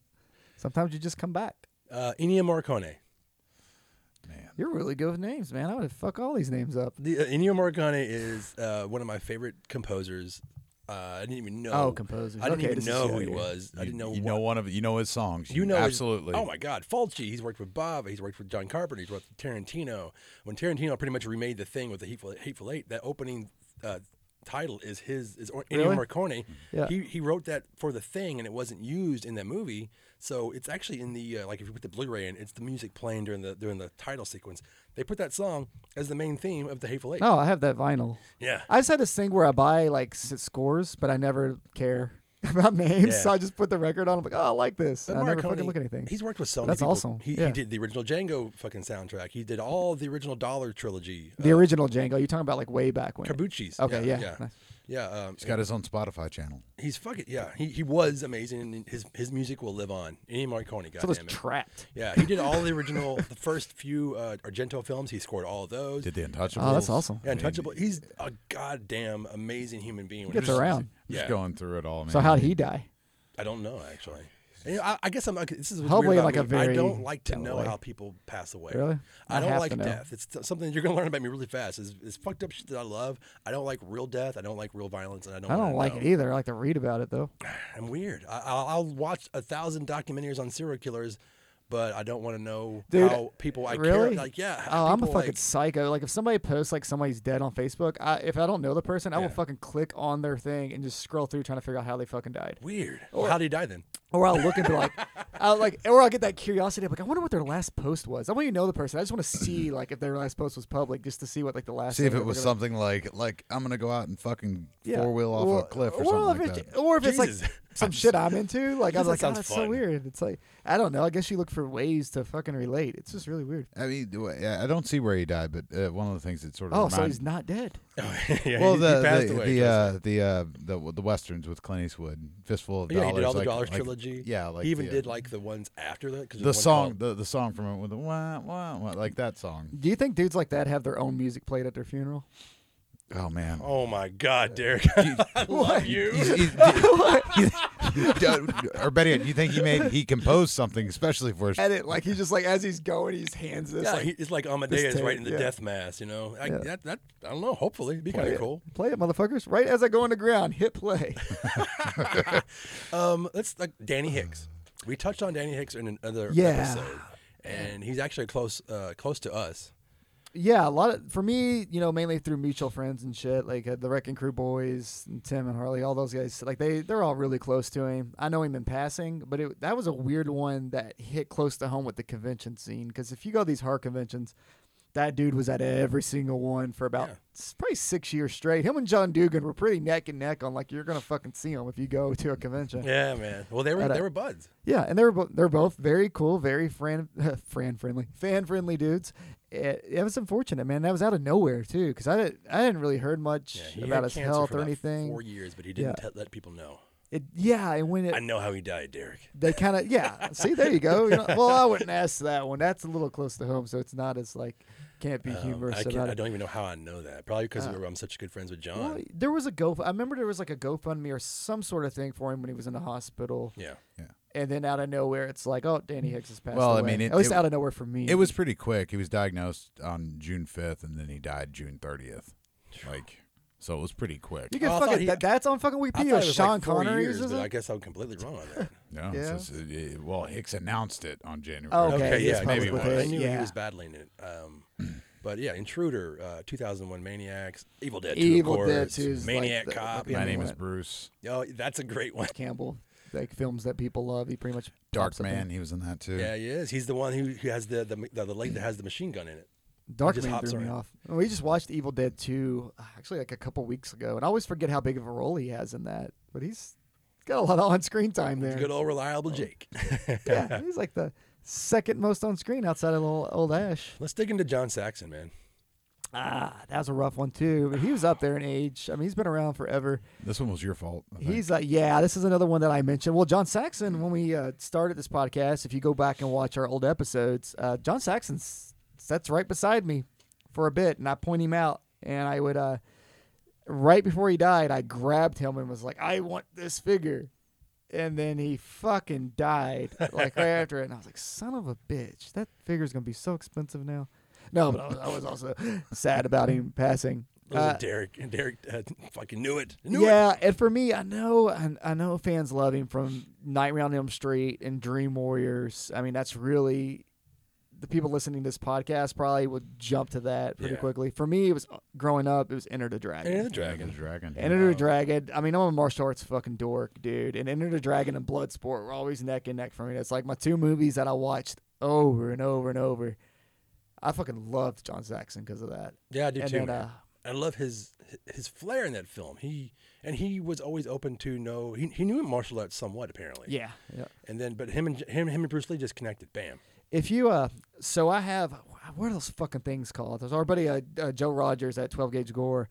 [SPEAKER 3] sometimes you just come back.
[SPEAKER 1] Uh, Ennio Morricone.
[SPEAKER 4] Man,
[SPEAKER 3] You're really good with names, man. I would fuck all these names up.
[SPEAKER 1] The, uh, Ennio Morricone is uh, one of my favorite composers. Uh, I didn't even know.
[SPEAKER 3] Oh, composers.
[SPEAKER 1] I didn't
[SPEAKER 3] Okay,
[SPEAKER 1] even
[SPEAKER 3] this is
[SPEAKER 1] know
[SPEAKER 3] the
[SPEAKER 1] who he
[SPEAKER 3] idea.
[SPEAKER 1] was. I
[SPEAKER 4] You-
[SPEAKER 1] didn't know.
[SPEAKER 4] You
[SPEAKER 1] what,
[SPEAKER 4] know one of you know his songs.
[SPEAKER 1] You know. his-
[SPEAKER 4] absolutely.
[SPEAKER 1] oh my God, Fulci. He's worked with Bob. He's worked with John Carpenter. He's worked with Tarantino. When Tarantino pretty much remade the thing with the Hateful, Hateful Eight, that opening uh, title is his is or- Ennio
[SPEAKER 3] Really?
[SPEAKER 1] Morricone.
[SPEAKER 3] Yeah.
[SPEAKER 1] He he wrote that for the thing, and it wasn't used in that movie. So it's actually in the uh, like if you put the Blu-ray in, it's the music playing during the during the title sequence. They put that song as the main theme of the Hateful Eight.
[SPEAKER 3] Oh, I have that vinyl.
[SPEAKER 1] Yeah.
[SPEAKER 3] I just had this thing where I buy like s- scores, but I never care about names.
[SPEAKER 1] Yeah.
[SPEAKER 3] So I just put the record on. I'm like, oh, I like this.
[SPEAKER 1] But
[SPEAKER 3] And I never
[SPEAKER 1] Morricone,
[SPEAKER 3] fucking look at anything.
[SPEAKER 1] He's worked with so many.
[SPEAKER 3] That's
[SPEAKER 1] people.
[SPEAKER 3] awesome.
[SPEAKER 1] He,
[SPEAKER 3] Yeah.
[SPEAKER 1] he did the original Django fucking soundtrack. He did all the original Dollar trilogy.
[SPEAKER 3] the original Django. You're talking about like way back when.
[SPEAKER 1] Carbucci's.
[SPEAKER 3] Okay, yeah,
[SPEAKER 1] yeah.
[SPEAKER 3] nice.
[SPEAKER 1] Yeah, um,
[SPEAKER 4] He's got his own Spotify channel.
[SPEAKER 1] he's fucking yeah. He, he was amazing, and his his music will live on. Any Marconi,
[SPEAKER 3] So it's
[SPEAKER 1] goddamn it.
[SPEAKER 3] trapped.
[SPEAKER 1] yeah, he did all the original, the first few uh, Argento films. He scored all of those.
[SPEAKER 4] Did the Untouchables?
[SPEAKER 3] Oh, that's awesome.
[SPEAKER 1] yeah, Untouchable. He's a goddamn amazing human being. When
[SPEAKER 3] gets
[SPEAKER 1] he's-
[SPEAKER 3] around.
[SPEAKER 4] Just
[SPEAKER 1] Yeah,
[SPEAKER 4] going through it all, man.
[SPEAKER 3] So how'd he die?
[SPEAKER 1] I don't know actually. And, you know, I, I guess I'm. This is what's
[SPEAKER 3] Hopefully,
[SPEAKER 1] weird
[SPEAKER 3] like,
[SPEAKER 1] about me.
[SPEAKER 3] a
[SPEAKER 1] I
[SPEAKER 3] very
[SPEAKER 1] don't like to
[SPEAKER 3] down
[SPEAKER 1] know
[SPEAKER 3] way.
[SPEAKER 1] how people pass away.
[SPEAKER 3] Really?
[SPEAKER 1] I
[SPEAKER 3] I
[SPEAKER 1] don't
[SPEAKER 3] have
[SPEAKER 1] like
[SPEAKER 3] to know.
[SPEAKER 1] death. It's t- something you're gonna learn about me really fast. It's, it's fucked up shit that I love. I don't like real death. I don't like real violence, and I don't.
[SPEAKER 3] I
[SPEAKER 1] wanna
[SPEAKER 3] don't like
[SPEAKER 1] know.
[SPEAKER 3] it either. I like to read about it though.
[SPEAKER 1] I'm weird. I, I'll, I'll watch a thousand documentaries on serial killers, but I don't want to know
[SPEAKER 3] Dude,
[SPEAKER 1] how people I care.
[SPEAKER 3] really?
[SPEAKER 1] Like yeah.
[SPEAKER 3] Oh,
[SPEAKER 1] how
[SPEAKER 3] I'm a
[SPEAKER 1] people,
[SPEAKER 3] fucking
[SPEAKER 1] like-
[SPEAKER 3] psycho. Like if somebody posts like somebody's dead on Facebook, I, if I don't know the person, I will fucking click on their thing and just scroll through trying to figure out how they fucking died.
[SPEAKER 1] weird. Well, how did he die then?
[SPEAKER 3] Or I'll look and be like, I'll like, or I'll get that curiosity of like, I wonder what their last post was. I want you to know the person. I just want to see like if their last post was public, just to see what like the last.
[SPEAKER 4] See if
[SPEAKER 3] thing
[SPEAKER 4] it
[SPEAKER 3] that
[SPEAKER 4] was
[SPEAKER 3] they're gonna-
[SPEAKER 4] something like like I'm gonna go out and fucking
[SPEAKER 3] Yeah.
[SPEAKER 4] four wheel off
[SPEAKER 3] Well,
[SPEAKER 4] a cliff or
[SPEAKER 3] well,
[SPEAKER 4] something
[SPEAKER 3] if
[SPEAKER 4] like
[SPEAKER 3] it's-
[SPEAKER 4] that.
[SPEAKER 3] Or if it's
[SPEAKER 1] Jesus.
[SPEAKER 3] like some shit I'm into, like I'm
[SPEAKER 1] That
[SPEAKER 3] like, oh,
[SPEAKER 1] sounds
[SPEAKER 3] that's so
[SPEAKER 1] fun.
[SPEAKER 3] weird. It's like I don't know. I guess you look for ways to fucking relate. It's just really weird.
[SPEAKER 4] I mean, do I I don't see where he died, but uh, one of the things that sort of
[SPEAKER 3] Oh, so
[SPEAKER 4] remind-
[SPEAKER 3] he's not dead.
[SPEAKER 1] Oh, yeah,
[SPEAKER 4] well
[SPEAKER 1] he,
[SPEAKER 4] the
[SPEAKER 1] he passed
[SPEAKER 4] the
[SPEAKER 1] away.
[SPEAKER 4] the,
[SPEAKER 1] Chris.
[SPEAKER 4] uh, the uh the the westerns with Clint Eastwood, fistful of
[SPEAKER 1] yeah,
[SPEAKER 4] dollars,
[SPEAKER 1] he did all the
[SPEAKER 4] like-
[SPEAKER 1] Dollars
[SPEAKER 4] like-
[SPEAKER 1] trilogy.
[SPEAKER 4] Yeah, like
[SPEAKER 1] he even
[SPEAKER 4] the, uh,
[SPEAKER 1] did like the ones after that. 'cause
[SPEAKER 4] the
[SPEAKER 1] there's one
[SPEAKER 4] song,
[SPEAKER 1] called-
[SPEAKER 4] the, the song from it with the wah, wah, wah, like that song.
[SPEAKER 3] Do you think dudes like that have their own music played at their funeral?
[SPEAKER 4] Oh man,
[SPEAKER 1] oh my God, Derek, I love you.
[SPEAKER 4] He's- he's- d- d- or better yet, do you think he made he composed something especially for his?
[SPEAKER 3] At it, like he's just like as he's going, he's hands this
[SPEAKER 1] Yeah,
[SPEAKER 3] like,
[SPEAKER 1] he- it's like Amadeus
[SPEAKER 3] tape,
[SPEAKER 1] writing the
[SPEAKER 3] yeah.
[SPEAKER 1] death mass. You know, I, that that I don't know. Hopefully, it'd be kind of cool.
[SPEAKER 3] play it, motherfuckers. Right as I go on the ground, hit play.
[SPEAKER 1] Um, let's like Danny Hicks. We touched on Danny Hicks in another
[SPEAKER 3] Yeah.
[SPEAKER 1] episode, and he's actually close uh, close to us.
[SPEAKER 3] yeah, a lot of for me, you know, mainly through mutual friends and shit, like uh, the Wrecking Crew boys, and Tim and Harley, all those guys. Like they, they're all really close to him. I know him in passing, but it, that was a weird one that hit close to home with the convention scene. Because if you go to these hard conventions, that dude was at every single one for about s- probably six years straight. Him and John Dugan were pretty neck and neck on like you're gonna fucking see him if you go to a convention.
[SPEAKER 1] Yeah, man. Well, they were
[SPEAKER 3] At a-
[SPEAKER 1] they were buds.
[SPEAKER 3] Yeah, and they're bo- they're both very cool, very friend friend friendly, fan friendly dudes. It, it was unfortunate, man. That was out of nowhere too, because I didn't I hadn't really heard much
[SPEAKER 1] Yeah, he had
[SPEAKER 3] about his
[SPEAKER 1] cancer
[SPEAKER 3] health
[SPEAKER 1] for
[SPEAKER 3] or
[SPEAKER 1] about
[SPEAKER 3] anything.
[SPEAKER 1] Four years, but he didn't
[SPEAKER 3] Yeah.
[SPEAKER 1] te- let people know.
[SPEAKER 3] It, yeah, and when
[SPEAKER 1] I
[SPEAKER 3] it
[SPEAKER 1] know how he died, Derek.
[SPEAKER 3] they kind of yeah, see there you go. You know, well, I wouldn't ask that one. That's a little close to home, so it's not as like can't be
[SPEAKER 1] Um,
[SPEAKER 3] humorous
[SPEAKER 1] I, can't-
[SPEAKER 3] about Uh.
[SPEAKER 1] I
[SPEAKER 3] it.
[SPEAKER 1] don't even know how I know that. Probably because we were- I'm such good friends with John.
[SPEAKER 3] Well, there was a go. I remember there was like a GoFundMe or some sort of thing for him when he was in the hospital,
[SPEAKER 1] yeah.
[SPEAKER 3] and then out of nowhere, it's like, oh, Danny Hicks has passed
[SPEAKER 4] Well, I
[SPEAKER 3] away.
[SPEAKER 4] mean, it-
[SPEAKER 3] at least
[SPEAKER 4] it-
[SPEAKER 3] out of nowhere for me,
[SPEAKER 4] It was pretty quick. He was diagnosed on June 5th, and then he died June 30th. Like, so it was pretty quick.
[SPEAKER 3] You can
[SPEAKER 1] Oh, I thought
[SPEAKER 3] fucking
[SPEAKER 1] he-
[SPEAKER 3] that, that's on fucking
[SPEAKER 1] I thought
[SPEAKER 3] Wikipedia.
[SPEAKER 1] it was
[SPEAKER 3] Sean
[SPEAKER 1] like four
[SPEAKER 3] Connery
[SPEAKER 1] years,
[SPEAKER 3] is
[SPEAKER 1] but
[SPEAKER 3] it?
[SPEAKER 1] I guess I'm completely wrong on that.
[SPEAKER 4] No,
[SPEAKER 3] Yeah.
[SPEAKER 4] it's just- it- it- well, Hicks announced it on January.
[SPEAKER 3] Oh, Okay,
[SPEAKER 1] Okay,
[SPEAKER 3] he is
[SPEAKER 1] yeah,
[SPEAKER 3] probably
[SPEAKER 1] maybe
[SPEAKER 3] with
[SPEAKER 1] one.
[SPEAKER 3] it,
[SPEAKER 1] I knew
[SPEAKER 3] yeah.
[SPEAKER 1] he was battling it. Um, but yeah, Intruder, uh, 2001 Maniacs, Evil Dead 2,
[SPEAKER 3] Evil
[SPEAKER 1] of course,
[SPEAKER 3] Dead 2 is like
[SPEAKER 1] Maniac
[SPEAKER 3] the- the
[SPEAKER 1] Cop.
[SPEAKER 3] big
[SPEAKER 4] My name
[SPEAKER 3] one.
[SPEAKER 4] is Bruce.
[SPEAKER 1] Oh, that's a great one.
[SPEAKER 3] Campbell, like films that people love. He pretty much
[SPEAKER 4] Dark
[SPEAKER 3] pops up in.
[SPEAKER 4] Man, he was in that too.
[SPEAKER 1] Yeah, he is. He's the one who, who has the, the the the leg that has the machine gun in it.
[SPEAKER 3] Dark
[SPEAKER 1] just
[SPEAKER 3] Man
[SPEAKER 1] hops
[SPEAKER 3] threw me
[SPEAKER 1] around.
[SPEAKER 3] off. We just watched Evil Dead Two, uh, actually like a couple weeks ago, and I always forget how big of a role he has in that. But he's he's got a lot of on-screen time there.
[SPEAKER 1] Good old reliable Jake.
[SPEAKER 3] yeah, he's like the second most on screen outside of old, old Ash.
[SPEAKER 1] Let's dig into John Saxon, man.
[SPEAKER 3] Ah, that was a rough one too. But he was up there in age. I mean, he's been around forever.
[SPEAKER 4] This one was your fault. I
[SPEAKER 1] Uh-huh.
[SPEAKER 4] think.
[SPEAKER 3] He's like, yeah, this is another one that I mentioned. Well, John Saxon, when we uh, started this podcast, if you go back and watch our old episodes, uh, John Saxon s- sits right beside me for a bit, and I point him out, and I would, uh, right before he died, I grabbed him and was like, I want this figure. And then he fucking died like right after it, and I was like, "Son of a bitch, that figure's gonna be so expensive now." No, but I was, I was also sad about him passing.
[SPEAKER 1] Those
[SPEAKER 3] Uh,
[SPEAKER 1] are Derek. and Derek uh, fucking knew it. Knew it.
[SPEAKER 3] yeah, and for me, I know I, I know fans love him from Nightmare on Elm Street and Dream Warriors. I mean, that's really the people listening to this podcast probably would jump to that pretty
[SPEAKER 1] Yeah.
[SPEAKER 3] quickly. For me, it was uh, growing up. It was Enter the Dragon.
[SPEAKER 1] Enter the
[SPEAKER 4] Dragon.
[SPEAKER 1] Dragon.
[SPEAKER 4] Dragon.
[SPEAKER 3] Enter the Dragon. I mean, I'm a martial arts fucking dork, dude. And Enter the Dragon and Bloodsport were always neck and neck for me. That's like my two movies that I watched over and over and over. I fucking loved John Saxon because of that.
[SPEAKER 1] Yeah, I do
[SPEAKER 3] And
[SPEAKER 1] too.
[SPEAKER 3] then,
[SPEAKER 1] man.
[SPEAKER 3] uh,
[SPEAKER 1] I love his his flair in that film. He and he was always open to know he, he knew martial arts somewhat apparently.
[SPEAKER 3] Yeah, yeah.
[SPEAKER 1] And then, but him and him him and Bruce Lee just connected. Bam.
[SPEAKER 3] If you uh, so I have what are those fucking things called? There's our buddy uh, uh, Joe Rogers at 12 Gauge Gore.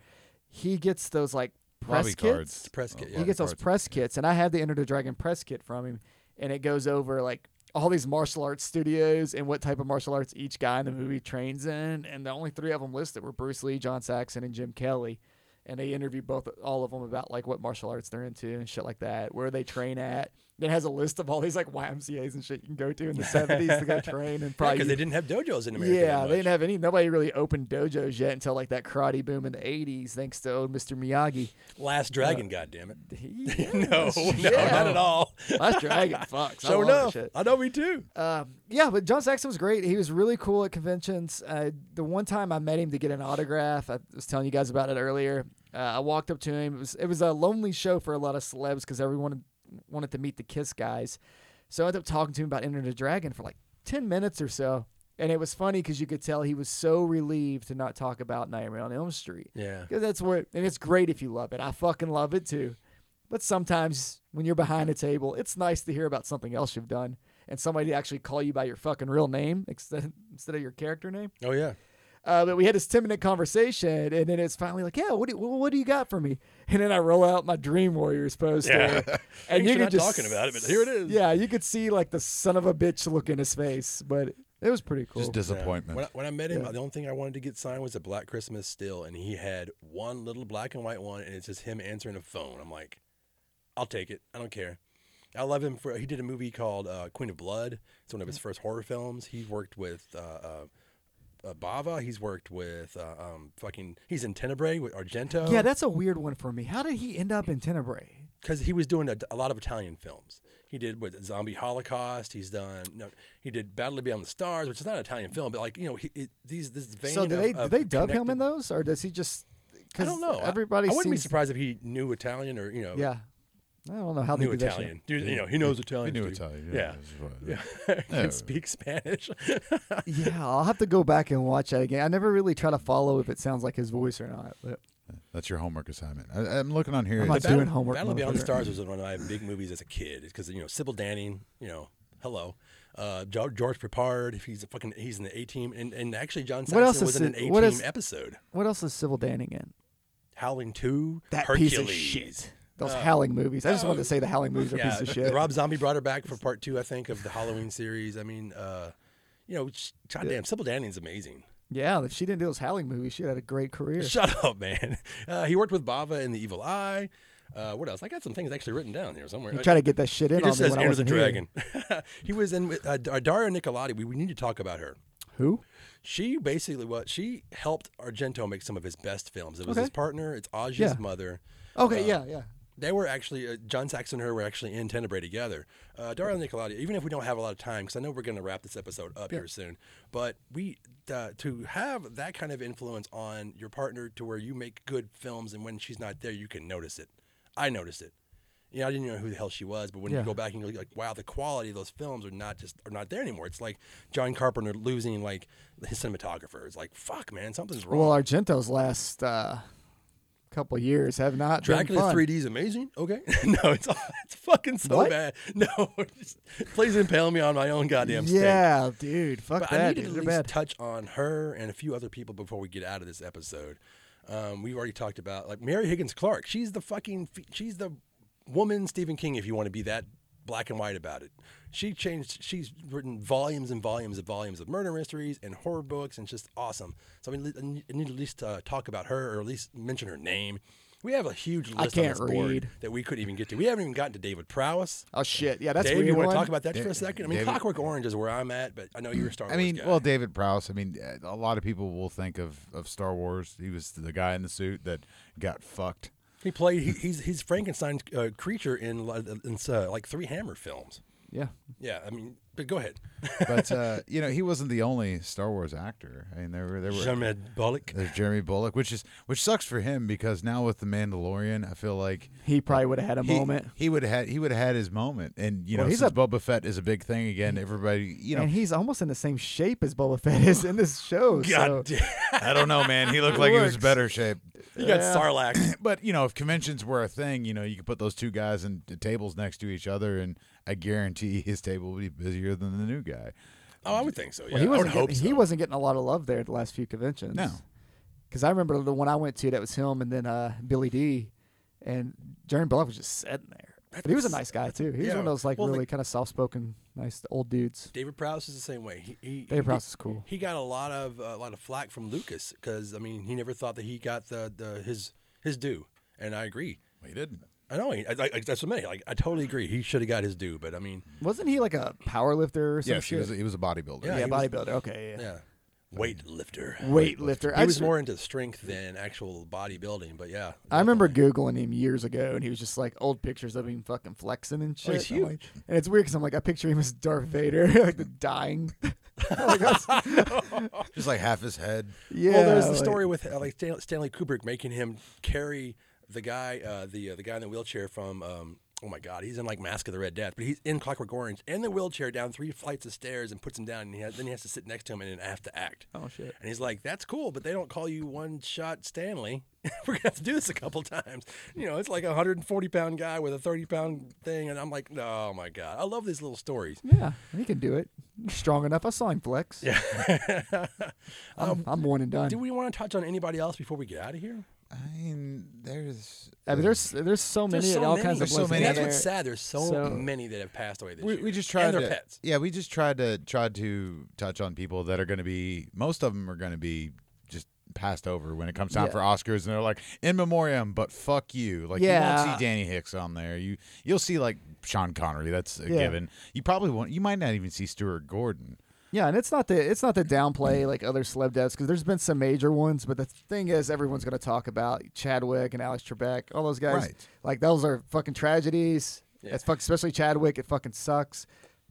[SPEAKER 3] He gets those like press
[SPEAKER 4] Lobby
[SPEAKER 3] kits.
[SPEAKER 4] cards.
[SPEAKER 1] Press kit.
[SPEAKER 4] Oh,
[SPEAKER 1] yeah.
[SPEAKER 3] He
[SPEAKER 4] lobby
[SPEAKER 3] gets those
[SPEAKER 4] cards.
[SPEAKER 3] press kits, and I have the Enter the Dragon press kit from him, and it goes over like all these martial arts studios and what type of martial arts each guy in the movie trains in. And the only three of them listed were Bruce Lee, John Saxon, and Jim Kelly. And they interview both all of them about like what martial arts they're into and shit like that, where they train at. It has a list of all these like YMCA's and shit you can go to in the seventies to go train and
[SPEAKER 1] because
[SPEAKER 3] probably
[SPEAKER 1] they didn't have dojos in America.
[SPEAKER 3] yeah, they
[SPEAKER 1] that much.
[SPEAKER 3] didn't have any. Nobody really opened dojos yet until like that karate boom in the '80s, thanks to old Mr. Miyagi.
[SPEAKER 1] Last Dragon. God damn it.
[SPEAKER 3] Uh, Yeah.
[SPEAKER 1] No, no,
[SPEAKER 3] Yeah.
[SPEAKER 1] not at all.
[SPEAKER 3] Last Dragon, fucks. I
[SPEAKER 1] So
[SPEAKER 3] love that
[SPEAKER 1] enough.
[SPEAKER 3] shit.
[SPEAKER 1] I know we do.
[SPEAKER 3] Um, yeah, but John Saxon was great. He was really cool at conventions. Uh, the one time I met him to get an autograph, I was telling you guys about it earlier. Uh, I walked up to him. It was it was a lonely show for a lot of celebs because everyone wanted to meet the Kiss guys. So I ended up talking to him about Enter the Dragon for like 10 minutes or so. And it was funny because you could tell he was so relieved to not talk about Nightmare on Elm Street.
[SPEAKER 1] Yeah.
[SPEAKER 3] Because that's what, and it's great if you love it. I fucking love it too. But sometimes when you're behind a table, it's nice to hear about something else you've done and somebody to actually call you by your fucking real name instead, instead of your character name.
[SPEAKER 1] Oh yeah.
[SPEAKER 3] Uh, but we had this 10 minute conversation, and then it's finally like, yeah, what do, what do you got for me? And then I roll out my Dream Warriors poster. And
[SPEAKER 1] Thanks
[SPEAKER 3] you
[SPEAKER 1] for
[SPEAKER 3] could
[SPEAKER 1] not
[SPEAKER 3] just.
[SPEAKER 1] talking about it, but here it is.
[SPEAKER 3] Yeah, you could see like the son of a bitch look in his face, but it was pretty cool.
[SPEAKER 4] Just disappointment.
[SPEAKER 1] When I, when I met him, the only thing I wanted to get signed was a Black Christmas still, and he had one little black and white one, and it's just him answering a phone. I'm like, I'll take it. I don't care. I love him for. He did a movie called uh, Queen of Blood. It's one of his first horror films. He worked with uh, uh, uh, Bava. He's worked with uh, um, fucking. He's in Tenebrae with Argento.
[SPEAKER 3] yeah, that's a weird one for me. How did he end up in Tenebrae?
[SPEAKER 1] because he was doing a, a lot of Italian films. He did with Zombie Holocaust. He's done. No, he did Battle to Be on the Stars, which is not an Italian film, but like you know, he, it, these this vein.
[SPEAKER 3] So do
[SPEAKER 1] of-
[SPEAKER 3] they do
[SPEAKER 1] of
[SPEAKER 3] they dub him in
[SPEAKER 1] connected-
[SPEAKER 3] those, or does he just?
[SPEAKER 1] I
[SPEAKER 3] 'cause
[SPEAKER 1] don't know. I-
[SPEAKER 3] Everybody
[SPEAKER 1] I, wouldn't be
[SPEAKER 3] seems-
[SPEAKER 1] surprised if he knew Italian or you know,
[SPEAKER 3] Yeah, I don't know how they
[SPEAKER 1] knew
[SPEAKER 3] do that shit.
[SPEAKER 1] Italian. Dude, you know, he knows
[SPEAKER 4] I
[SPEAKER 1] Italian.
[SPEAKER 4] knew
[SPEAKER 1] dude.
[SPEAKER 4] Italian.
[SPEAKER 1] Yeah,
[SPEAKER 4] that's what-
[SPEAKER 1] yeah.
[SPEAKER 4] Yeah.
[SPEAKER 1] Can speak Spanish.
[SPEAKER 3] Yeah, I'll have to go back and watch that again. I never really try to follow if it sounds like his voice or not. But
[SPEAKER 4] That's your homework assignment. I, I'm looking on here.
[SPEAKER 3] I'm not
[SPEAKER 4] It's-
[SPEAKER 3] doing homework,
[SPEAKER 1] Battle Beyond the
[SPEAKER 3] motherfucker.
[SPEAKER 1] Stars was one of my big movies as a kid because you know Sybil Danning, you know, hello, uh, Jo- George Prepard. He's a fucking he's in the A Team, and, and actually John Saxon
[SPEAKER 3] else
[SPEAKER 1] was
[SPEAKER 3] is
[SPEAKER 1] in an
[SPEAKER 3] it-
[SPEAKER 1] A
[SPEAKER 3] what
[SPEAKER 1] Team
[SPEAKER 3] is-
[SPEAKER 1] episode.
[SPEAKER 3] what else is Civil Danning in?
[SPEAKER 1] Howling Two,
[SPEAKER 3] That
[SPEAKER 1] Hercules. Uh,
[SPEAKER 3] piece of shit. Those howling movies. I just wanted to say the howling movies are a piece of shit.
[SPEAKER 1] Rob Zombie brought her back for part two, I think, of the Halloween series. I mean, uh, you know, sh- goddamn, Sybil Danning's amazing.
[SPEAKER 3] yeah, if she didn't do those howling movies, she had a great career.
[SPEAKER 1] Shut up, man. Uh, he worked with Bava in The Evil Eye. Uh, what else? I got some things actually written down here somewhere. Uh,
[SPEAKER 3] You try to get that shit in
[SPEAKER 1] He
[SPEAKER 3] on
[SPEAKER 1] just
[SPEAKER 3] me
[SPEAKER 1] says
[SPEAKER 3] when I
[SPEAKER 1] Enter the
[SPEAKER 3] wasn't here.
[SPEAKER 1] Dragon. he was in with uh, Dar- Daria Nicolati. We, we need to talk about her.
[SPEAKER 3] Who?
[SPEAKER 1] She basically what she helped Argento make some of his best films. It was
[SPEAKER 3] Okay.
[SPEAKER 1] his partner. It's Aja's
[SPEAKER 3] Yeah.
[SPEAKER 1] mother.
[SPEAKER 3] Okay,
[SPEAKER 1] Uh,
[SPEAKER 3] yeah, yeah.
[SPEAKER 1] They were actually uh, John Saxon and her were actually in Tenebrae together. Uh, Dario Nicolati, even if we don't have a lot of time, because I know we're going to wrap this episode up here soon, but we uh, to have that kind of influence on your partner to where you make good films, and when she's not there, you can notice it. I noticed it. You know, I didn't know who the hell she was, but when
[SPEAKER 3] Yeah.
[SPEAKER 1] you go back and you look like, wow, the quality of those films are not just are not there anymore. It's like John Carpenter losing like his cinematographer. It's like fuck, man, something's wrong.
[SPEAKER 3] Well, Argento's last uh, couple years have not been
[SPEAKER 1] Dracula
[SPEAKER 3] fun.
[SPEAKER 1] 3D is amazing. Okay, no, it's it's fucking so
[SPEAKER 3] What?
[SPEAKER 1] bad. No, just please impale me on my own goddamn stake.
[SPEAKER 3] Yeah, dude, fuck
[SPEAKER 1] but I
[SPEAKER 3] that.
[SPEAKER 1] need to
[SPEAKER 3] dude,
[SPEAKER 1] at
[SPEAKER 3] they're
[SPEAKER 1] least
[SPEAKER 3] bad.
[SPEAKER 1] touch on her and a few other people before we get out of this episode. Um, we've already talked about like Mary Higgins Clark. She's the fucking fe- she's the woman Stephen King. If you want to be that black and white about it, she changed. She's written volumes and volumes and volumes of murder mysteries and horror books, and just awesome. So I, mean, I need- I need to at least uh, talk about her or at least mention her name. We have a huge list on
[SPEAKER 3] can't
[SPEAKER 1] this board
[SPEAKER 3] read.
[SPEAKER 1] that we couldn't even get to. We haven't even gotten to David Prowse.
[SPEAKER 3] oh shit, yeah, that's
[SPEAKER 1] Dave,
[SPEAKER 3] weird.
[SPEAKER 1] you want
[SPEAKER 3] one.
[SPEAKER 1] to talk about that for a
[SPEAKER 4] David-
[SPEAKER 1] second? I mean,
[SPEAKER 4] David-
[SPEAKER 1] Clockwork Orange is where I'm at, but I know you're a Star Wars
[SPEAKER 4] I mean,
[SPEAKER 1] guy.
[SPEAKER 4] well, David Prowse. I mean, uh, a lot of people will think of, of Star Wars. He was the guy in the suit that got fucked.
[SPEAKER 1] He played. He, he's he's Frankenstein's uh, creature in, li- in uh, like three Hammer films.
[SPEAKER 3] Yeah,
[SPEAKER 1] Yeah, I mean, but go ahead.
[SPEAKER 4] But uh, you know, he wasn't the only Star Wars actor. I mean, there were there were
[SPEAKER 1] Jamed Bullock.
[SPEAKER 4] there's Jeremy Bullock, which is which sucks for him because now with the Mandalorian, I feel like
[SPEAKER 3] he probably would have had a moment.
[SPEAKER 4] He would have had he would have had his moment, and you
[SPEAKER 3] Well,
[SPEAKER 4] know,
[SPEAKER 3] he's
[SPEAKER 4] since
[SPEAKER 3] a-
[SPEAKER 4] Boba Fett is a big thing again. Everybody, you know,
[SPEAKER 3] and he's almost in the same shape as Boba Fett is in this show. so.
[SPEAKER 1] God, damn,
[SPEAKER 4] I don't know, man. He looked like he was
[SPEAKER 3] works.
[SPEAKER 4] better shape.
[SPEAKER 1] you got
[SPEAKER 3] Yeah.
[SPEAKER 1] Sarlacc.
[SPEAKER 4] But you know, if conventions were a thing, you know, you could put those two guys in the tables next to each other, and I guarantee his table would be busier than the new guy.
[SPEAKER 1] Oh, I would think so. Yeah,
[SPEAKER 3] Well, he
[SPEAKER 1] I would
[SPEAKER 3] wasn't
[SPEAKER 1] hope
[SPEAKER 3] getting,
[SPEAKER 1] so.
[SPEAKER 3] he wasn't getting a lot of love there at the last few conventions.
[SPEAKER 4] No.
[SPEAKER 3] because I remember the one I went to that was him and then uh, Billy D, and Jaron Bullock was just sitting there. But he was a nice guy too. He was
[SPEAKER 1] Yeah.
[SPEAKER 3] one of those like
[SPEAKER 1] Well, the-
[SPEAKER 3] really kind of soft spoken, nice old dudes.
[SPEAKER 1] David Prowse is the same way. He, he,
[SPEAKER 3] David
[SPEAKER 1] he-
[SPEAKER 3] Prowse is cool.
[SPEAKER 1] He got a lot of uh, a lot of flack from Lucas because I mean, he never thought that he got the, the his his due, and I agree.
[SPEAKER 4] Well, he didn't.
[SPEAKER 1] I know. He, I, I, that's what I mean. Like, I totally agree. He should have got his due, but I mean,
[SPEAKER 3] Wasn't he like a power lifter or some
[SPEAKER 4] Yeah, he
[SPEAKER 3] shit?
[SPEAKER 4] was. He was a bodybuilder.
[SPEAKER 1] Yeah,
[SPEAKER 3] yeah,
[SPEAKER 1] he was-
[SPEAKER 3] bodybuilder. Okay, yeah.
[SPEAKER 1] yeah, weightlifter.
[SPEAKER 3] Weightlifter. I
[SPEAKER 1] He was
[SPEAKER 3] just-
[SPEAKER 1] more into strength than actual bodybuilding, but yeah.
[SPEAKER 3] I remember googling him years ago, and he was just like old pictures of him fucking flexing and shit.
[SPEAKER 1] Oh, he's
[SPEAKER 3] I'm like- and it's weird because I'm like, I picture him as Darth Vader, like the dying. I'm like, that's-
[SPEAKER 4] Just like half his head.
[SPEAKER 3] yeah,
[SPEAKER 1] well, there's the
[SPEAKER 3] like-
[SPEAKER 1] story with uh, like Stan- Stanley Kubrick making him carry the guy, uh, the uh, the guy in the wheelchair from um, oh my God, he's in like Mask of the Red Death, but he's in Clockwork Orange in the wheelchair down three flights of stairs and puts him down, and he has, then he has to sit next to him and have to act.
[SPEAKER 3] Oh, shit.
[SPEAKER 1] And he's like, "That's cool, but they don't call you one shot Stanley. We're gonna have to do this a couple times. You know, it's like a 140 pound guy with a 30 pound thing." And I'm like, "Oh my God, I love these little stories."
[SPEAKER 3] Yeah, he can do it. He's Strong enough. I saw him flex. Yeah. I'm, I'm one and done.
[SPEAKER 1] Um, Do we want to touch on anybody else before we get out of here?
[SPEAKER 4] I mean, there's.
[SPEAKER 3] I mean, there's there's so many
[SPEAKER 1] There's so
[SPEAKER 3] and all
[SPEAKER 1] many.
[SPEAKER 3] kinds of
[SPEAKER 4] There's so
[SPEAKER 3] blessings
[SPEAKER 4] many.
[SPEAKER 1] That's
[SPEAKER 3] there.
[SPEAKER 1] what's sad. There's so,
[SPEAKER 3] So-
[SPEAKER 1] many that have passed away this
[SPEAKER 4] We,
[SPEAKER 1] year.
[SPEAKER 4] we just tried
[SPEAKER 1] and their
[SPEAKER 4] to.
[SPEAKER 1] pets.
[SPEAKER 4] Yeah, we just tried to tried to touch on people that are going to be. Most of them are going to be just passed over when it comes time
[SPEAKER 3] Yeah.
[SPEAKER 4] for Oscars, and they're like in memoriam. But fuck you, like you
[SPEAKER 3] Yeah.
[SPEAKER 4] won't see Danny Hicks on there. You you'll see like Sean Connery. That's a
[SPEAKER 3] Yeah.
[SPEAKER 4] given. You probably won't. You might not even see Stuart Gordon.
[SPEAKER 3] Yeah, and it's not the it's not the downplay like other celeb deaths because there's been some major ones, but the thing is, everyone's going to talk about Chadwick and Alex Trebek, all those guys.
[SPEAKER 4] Right.
[SPEAKER 3] Like those are fucking tragedies.
[SPEAKER 1] Yeah.
[SPEAKER 3] That's fuck, especially Chadwick. It fucking sucks,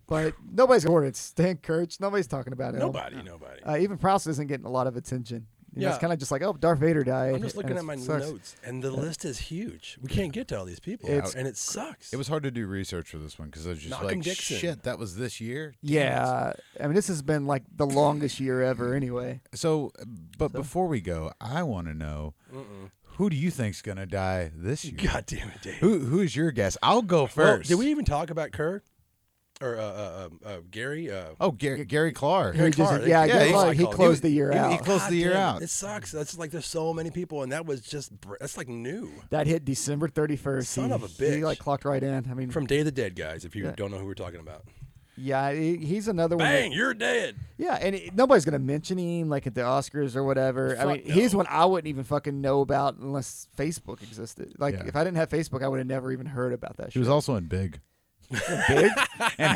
[SPEAKER 3] but nobody's going. It's Stan Kirch. Nobody's talking about it.
[SPEAKER 1] Nobody, nobody.
[SPEAKER 3] Uh, even Prowse isn't getting a lot of attention. You know,
[SPEAKER 1] Yeah.
[SPEAKER 3] it's kind of just like, oh, Darth Vader died.
[SPEAKER 1] I'm just
[SPEAKER 3] and
[SPEAKER 1] looking
[SPEAKER 3] it
[SPEAKER 1] at my
[SPEAKER 3] sucks.
[SPEAKER 1] notes, and the list is huge. We can't get to all these people,
[SPEAKER 3] It's-
[SPEAKER 1] and it sucks.
[SPEAKER 4] It was hard to do research for this one because I was just
[SPEAKER 1] Malcolm
[SPEAKER 4] like,
[SPEAKER 1] Dixon.
[SPEAKER 4] shit, that was this year. Damn it.
[SPEAKER 3] Yeah, I mean, this has been like the longest year ever. Anyway,
[SPEAKER 4] So, but before we go, I want to know who do you think's going to die this year?
[SPEAKER 1] God damn it, Dave.
[SPEAKER 4] Who who's your guess? I'll go
[SPEAKER 1] Well,
[SPEAKER 4] first.
[SPEAKER 1] did we even talk about Kerr or uh, uh, uh, uh, Gary? Uh,
[SPEAKER 4] Oh, Gary, Gary Clark.
[SPEAKER 1] Gary
[SPEAKER 3] He just-
[SPEAKER 1] Clark.
[SPEAKER 3] yeah,
[SPEAKER 1] Yeah,
[SPEAKER 3] Gary
[SPEAKER 4] he-
[SPEAKER 3] Clark,
[SPEAKER 1] I
[SPEAKER 3] he
[SPEAKER 1] called-
[SPEAKER 3] closed
[SPEAKER 1] he-
[SPEAKER 3] the year
[SPEAKER 4] he-
[SPEAKER 3] out.
[SPEAKER 4] he closed- Close the year
[SPEAKER 1] damn it,
[SPEAKER 4] out.
[SPEAKER 1] It sucks. That's like there's so many people, and that was just br- that's like new
[SPEAKER 3] That hit December 31st.
[SPEAKER 1] Son
[SPEAKER 3] he,
[SPEAKER 1] of a
[SPEAKER 3] He
[SPEAKER 1] bitch.
[SPEAKER 3] like clocked right in. I mean,
[SPEAKER 1] from Day of the Dead, guys. If you
[SPEAKER 3] Yeah.
[SPEAKER 1] don't know who we're talking about,
[SPEAKER 3] yeah, he, he's another one. that-
[SPEAKER 1] bang, you're dead.
[SPEAKER 3] yeah, and it- nobody's gonna mention him like at the Oscars or whatever. I
[SPEAKER 1] Fuck
[SPEAKER 3] mean, he's
[SPEAKER 1] no.
[SPEAKER 3] one I wouldn't even fucking know about unless Facebook existed. Like,
[SPEAKER 4] Yeah.
[SPEAKER 3] if I didn't have Facebook, I would have never even heard about that.
[SPEAKER 4] He
[SPEAKER 3] shit.
[SPEAKER 4] was also in Big
[SPEAKER 3] big.
[SPEAKER 4] and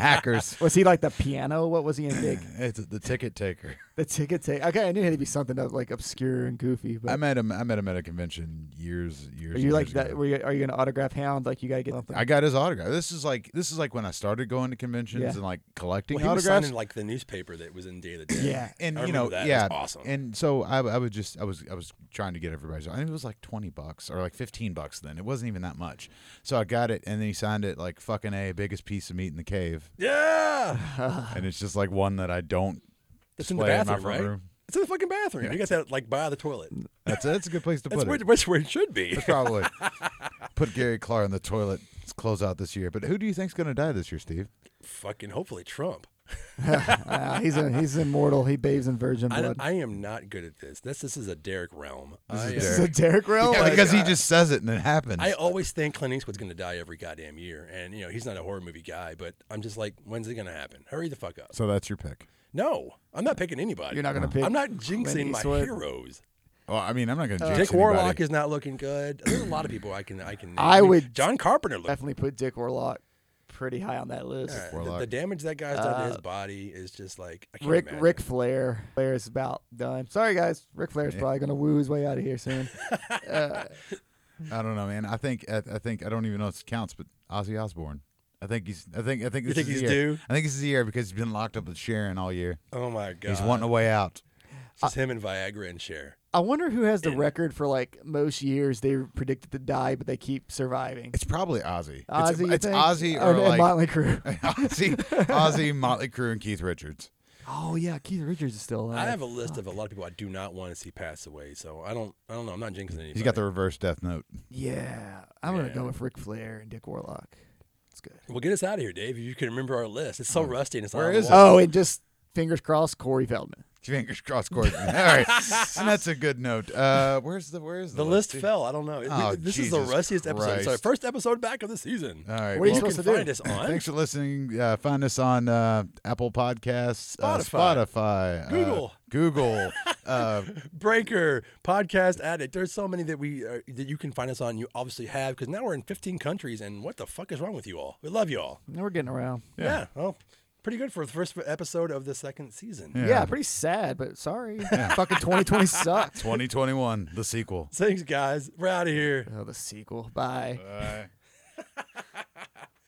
[SPEAKER 4] Hackers.
[SPEAKER 3] was he like the piano? What was he in big?
[SPEAKER 4] It's the ticket taker.
[SPEAKER 3] The ticket tape. Okay, I knew it had to be something of like obscure and goofy. But
[SPEAKER 4] I met him. I met him at a convention years years.
[SPEAKER 3] Are you
[SPEAKER 4] years
[SPEAKER 3] like
[SPEAKER 4] ago.
[SPEAKER 3] that? Were you, are you an autograph hound? Like you gotta get something.
[SPEAKER 4] I got his autograph. This is like this is like when I started going to conventions
[SPEAKER 3] Yeah.
[SPEAKER 4] and like collecting
[SPEAKER 1] Well, he was
[SPEAKER 4] autographs.
[SPEAKER 1] signing like the newspaper that was in Day of the Dead.
[SPEAKER 4] yeah, and
[SPEAKER 1] I
[SPEAKER 4] you
[SPEAKER 1] remember
[SPEAKER 4] know,
[SPEAKER 1] that. It
[SPEAKER 4] yeah,
[SPEAKER 1] was awesome.
[SPEAKER 4] And so I, I would just, I was, I was trying to get everybody's. I think it was like twenty bucks or like fifteen bucks. Then it wasn't even that much. So I got it, and then he signed it like fucking a biggest piece of meat in the cave,
[SPEAKER 1] yeah.
[SPEAKER 3] Uh-huh.
[SPEAKER 4] and it's just like one that I don't.
[SPEAKER 1] It's in the
[SPEAKER 4] display my
[SPEAKER 1] bathroom,
[SPEAKER 4] front
[SPEAKER 1] right?
[SPEAKER 4] room.
[SPEAKER 1] It's in the fucking bathroom. You got that like by the toilet.
[SPEAKER 4] That's that's a good place to
[SPEAKER 1] That's
[SPEAKER 4] put
[SPEAKER 1] where,
[SPEAKER 4] it.
[SPEAKER 1] that's where it should be.
[SPEAKER 4] That's probably put Gary Clark in the toilet. Let's close out this year. But who do you think's going to die this year, Steve?
[SPEAKER 1] fucking hopefully Trump.
[SPEAKER 3] Ah, he's a, he's immortal. He bathes in virgin
[SPEAKER 1] I,
[SPEAKER 3] blood.
[SPEAKER 1] I am not good at this. This this is a Derek realm.
[SPEAKER 4] This
[SPEAKER 1] I,
[SPEAKER 4] is
[SPEAKER 1] uh,
[SPEAKER 3] Is it Derek Rowe?
[SPEAKER 4] Yeah,
[SPEAKER 3] Oh, Like,
[SPEAKER 4] because he just says it and it happens.
[SPEAKER 1] I always think Clint Eastwood's going to die every goddamn year, and you know he's not a horror movie guy. But I'm just like, when's it going to happen? Hurry the fuck up!
[SPEAKER 4] so that's your pick.
[SPEAKER 1] No, I'm not picking anybody.
[SPEAKER 3] You're not gonna pick
[SPEAKER 1] I'm not jinxing
[SPEAKER 3] Clint
[SPEAKER 1] my
[SPEAKER 3] Eastwood?
[SPEAKER 1] heroes.
[SPEAKER 4] Well, I mean, I'm not going to. Uh,
[SPEAKER 1] Dick Warlock is not looking good. There's a lot of people I can I can. name.
[SPEAKER 3] I
[SPEAKER 1] mean,
[SPEAKER 3] would
[SPEAKER 1] John Carpenter. Look,
[SPEAKER 3] definitely put Dick Warlock pretty high on that list.
[SPEAKER 1] All right,
[SPEAKER 4] Warlock.
[SPEAKER 1] The, the damage that guy's done to his body is just like I can't
[SPEAKER 3] Rick
[SPEAKER 1] imagine.
[SPEAKER 3] Rick Flair. Flair is about done. Sorry guys, Rick Flair's probably gonna woo his way out of here soon.
[SPEAKER 4] I don't know, man. I think I, I think I don't even know if it counts, but Ozzy Osbourne. I think he's. I think. I think this
[SPEAKER 1] think
[SPEAKER 4] is the
[SPEAKER 1] he's
[SPEAKER 4] year.
[SPEAKER 1] due?
[SPEAKER 4] I think this is the year because he's been locked up with Sharon all year.
[SPEAKER 1] Oh my god.
[SPEAKER 4] He's wanting a way out.
[SPEAKER 1] It's just him and Viagra and Cher.
[SPEAKER 3] I wonder who has the record for like most years they were predicted to die, but they keep surviving.
[SPEAKER 4] It's probably Ozzy.
[SPEAKER 3] Ozzy, you
[SPEAKER 4] It's, it's
[SPEAKER 3] think?
[SPEAKER 4] Ozzy
[SPEAKER 3] And-
[SPEAKER 4] or
[SPEAKER 3] and,
[SPEAKER 4] like
[SPEAKER 3] Motley Crue.
[SPEAKER 4] Ozzy, Ozzy, Motley Crue, and Keith Richards.
[SPEAKER 3] Oh yeah, Keith Richards is still alive.
[SPEAKER 1] I have a list of a lot of people I do not want to see pass away. So I don't I don't know. I'm not jinxing anybody.
[SPEAKER 4] He's got the reverse death note.
[SPEAKER 3] yeah, I'm gonna go with Rick Flair and Dick Warlock. It's good.
[SPEAKER 1] Well, get us out of here, Dave. if You can remember our list. It's so rusty and it's
[SPEAKER 4] Oh. Where
[SPEAKER 1] not on the
[SPEAKER 4] is it?
[SPEAKER 1] wall.
[SPEAKER 3] Oh, and just fingers crossed, Corey Feldman.
[SPEAKER 4] Fingers crossed, Gordon. All right, and that's a good note. Uh, where's the where's the,
[SPEAKER 1] The list fell. I don't know. It-
[SPEAKER 4] Oh,
[SPEAKER 1] we- this is the
[SPEAKER 4] Jesus
[SPEAKER 1] rustiest episode. It's our
[SPEAKER 4] Christ. Uh,
[SPEAKER 1] first episode back of the season.
[SPEAKER 4] All right.
[SPEAKER 3] What are you
[SPEAKER 4] well,
[SPEAKER 3] supposed
[SPEAKER 1] can
[SPEAKER 3] to do?
[SPEAKER 1] find us on
[SPEAKER 4] Thanks for listening. Uh, find us on uh, Apple Podcasts,
[SPEAKER 1] Spotify.
[SPEAKER 4] uh, Spotify, uh,
[SPEAKER 1] Google.
[SPEAKER 4] Google. uh,
[SPEAKER 1] Breaker Podcast Addict. There's so many that we are, that you can find us on. You obviously have because now we're in 15 countries. And what the fuck is wrong with you all? We love you all.
[SPEAKER 3] Now we're getting around.
[SPEAKER 1] Yeah. well, pretty good for the first episode of the second season.
[SPEAKER 3] Yeah, pretty sad, but sorry. Fucking 2020 sucks.
[SPEAKER 4] 2021, the sequel.
[SPEAKER 1] Thanks, guys. We're out of here.
[SPEAKER 3] Oh, the sequel. Bye.
[SPEAKER 4] Bye.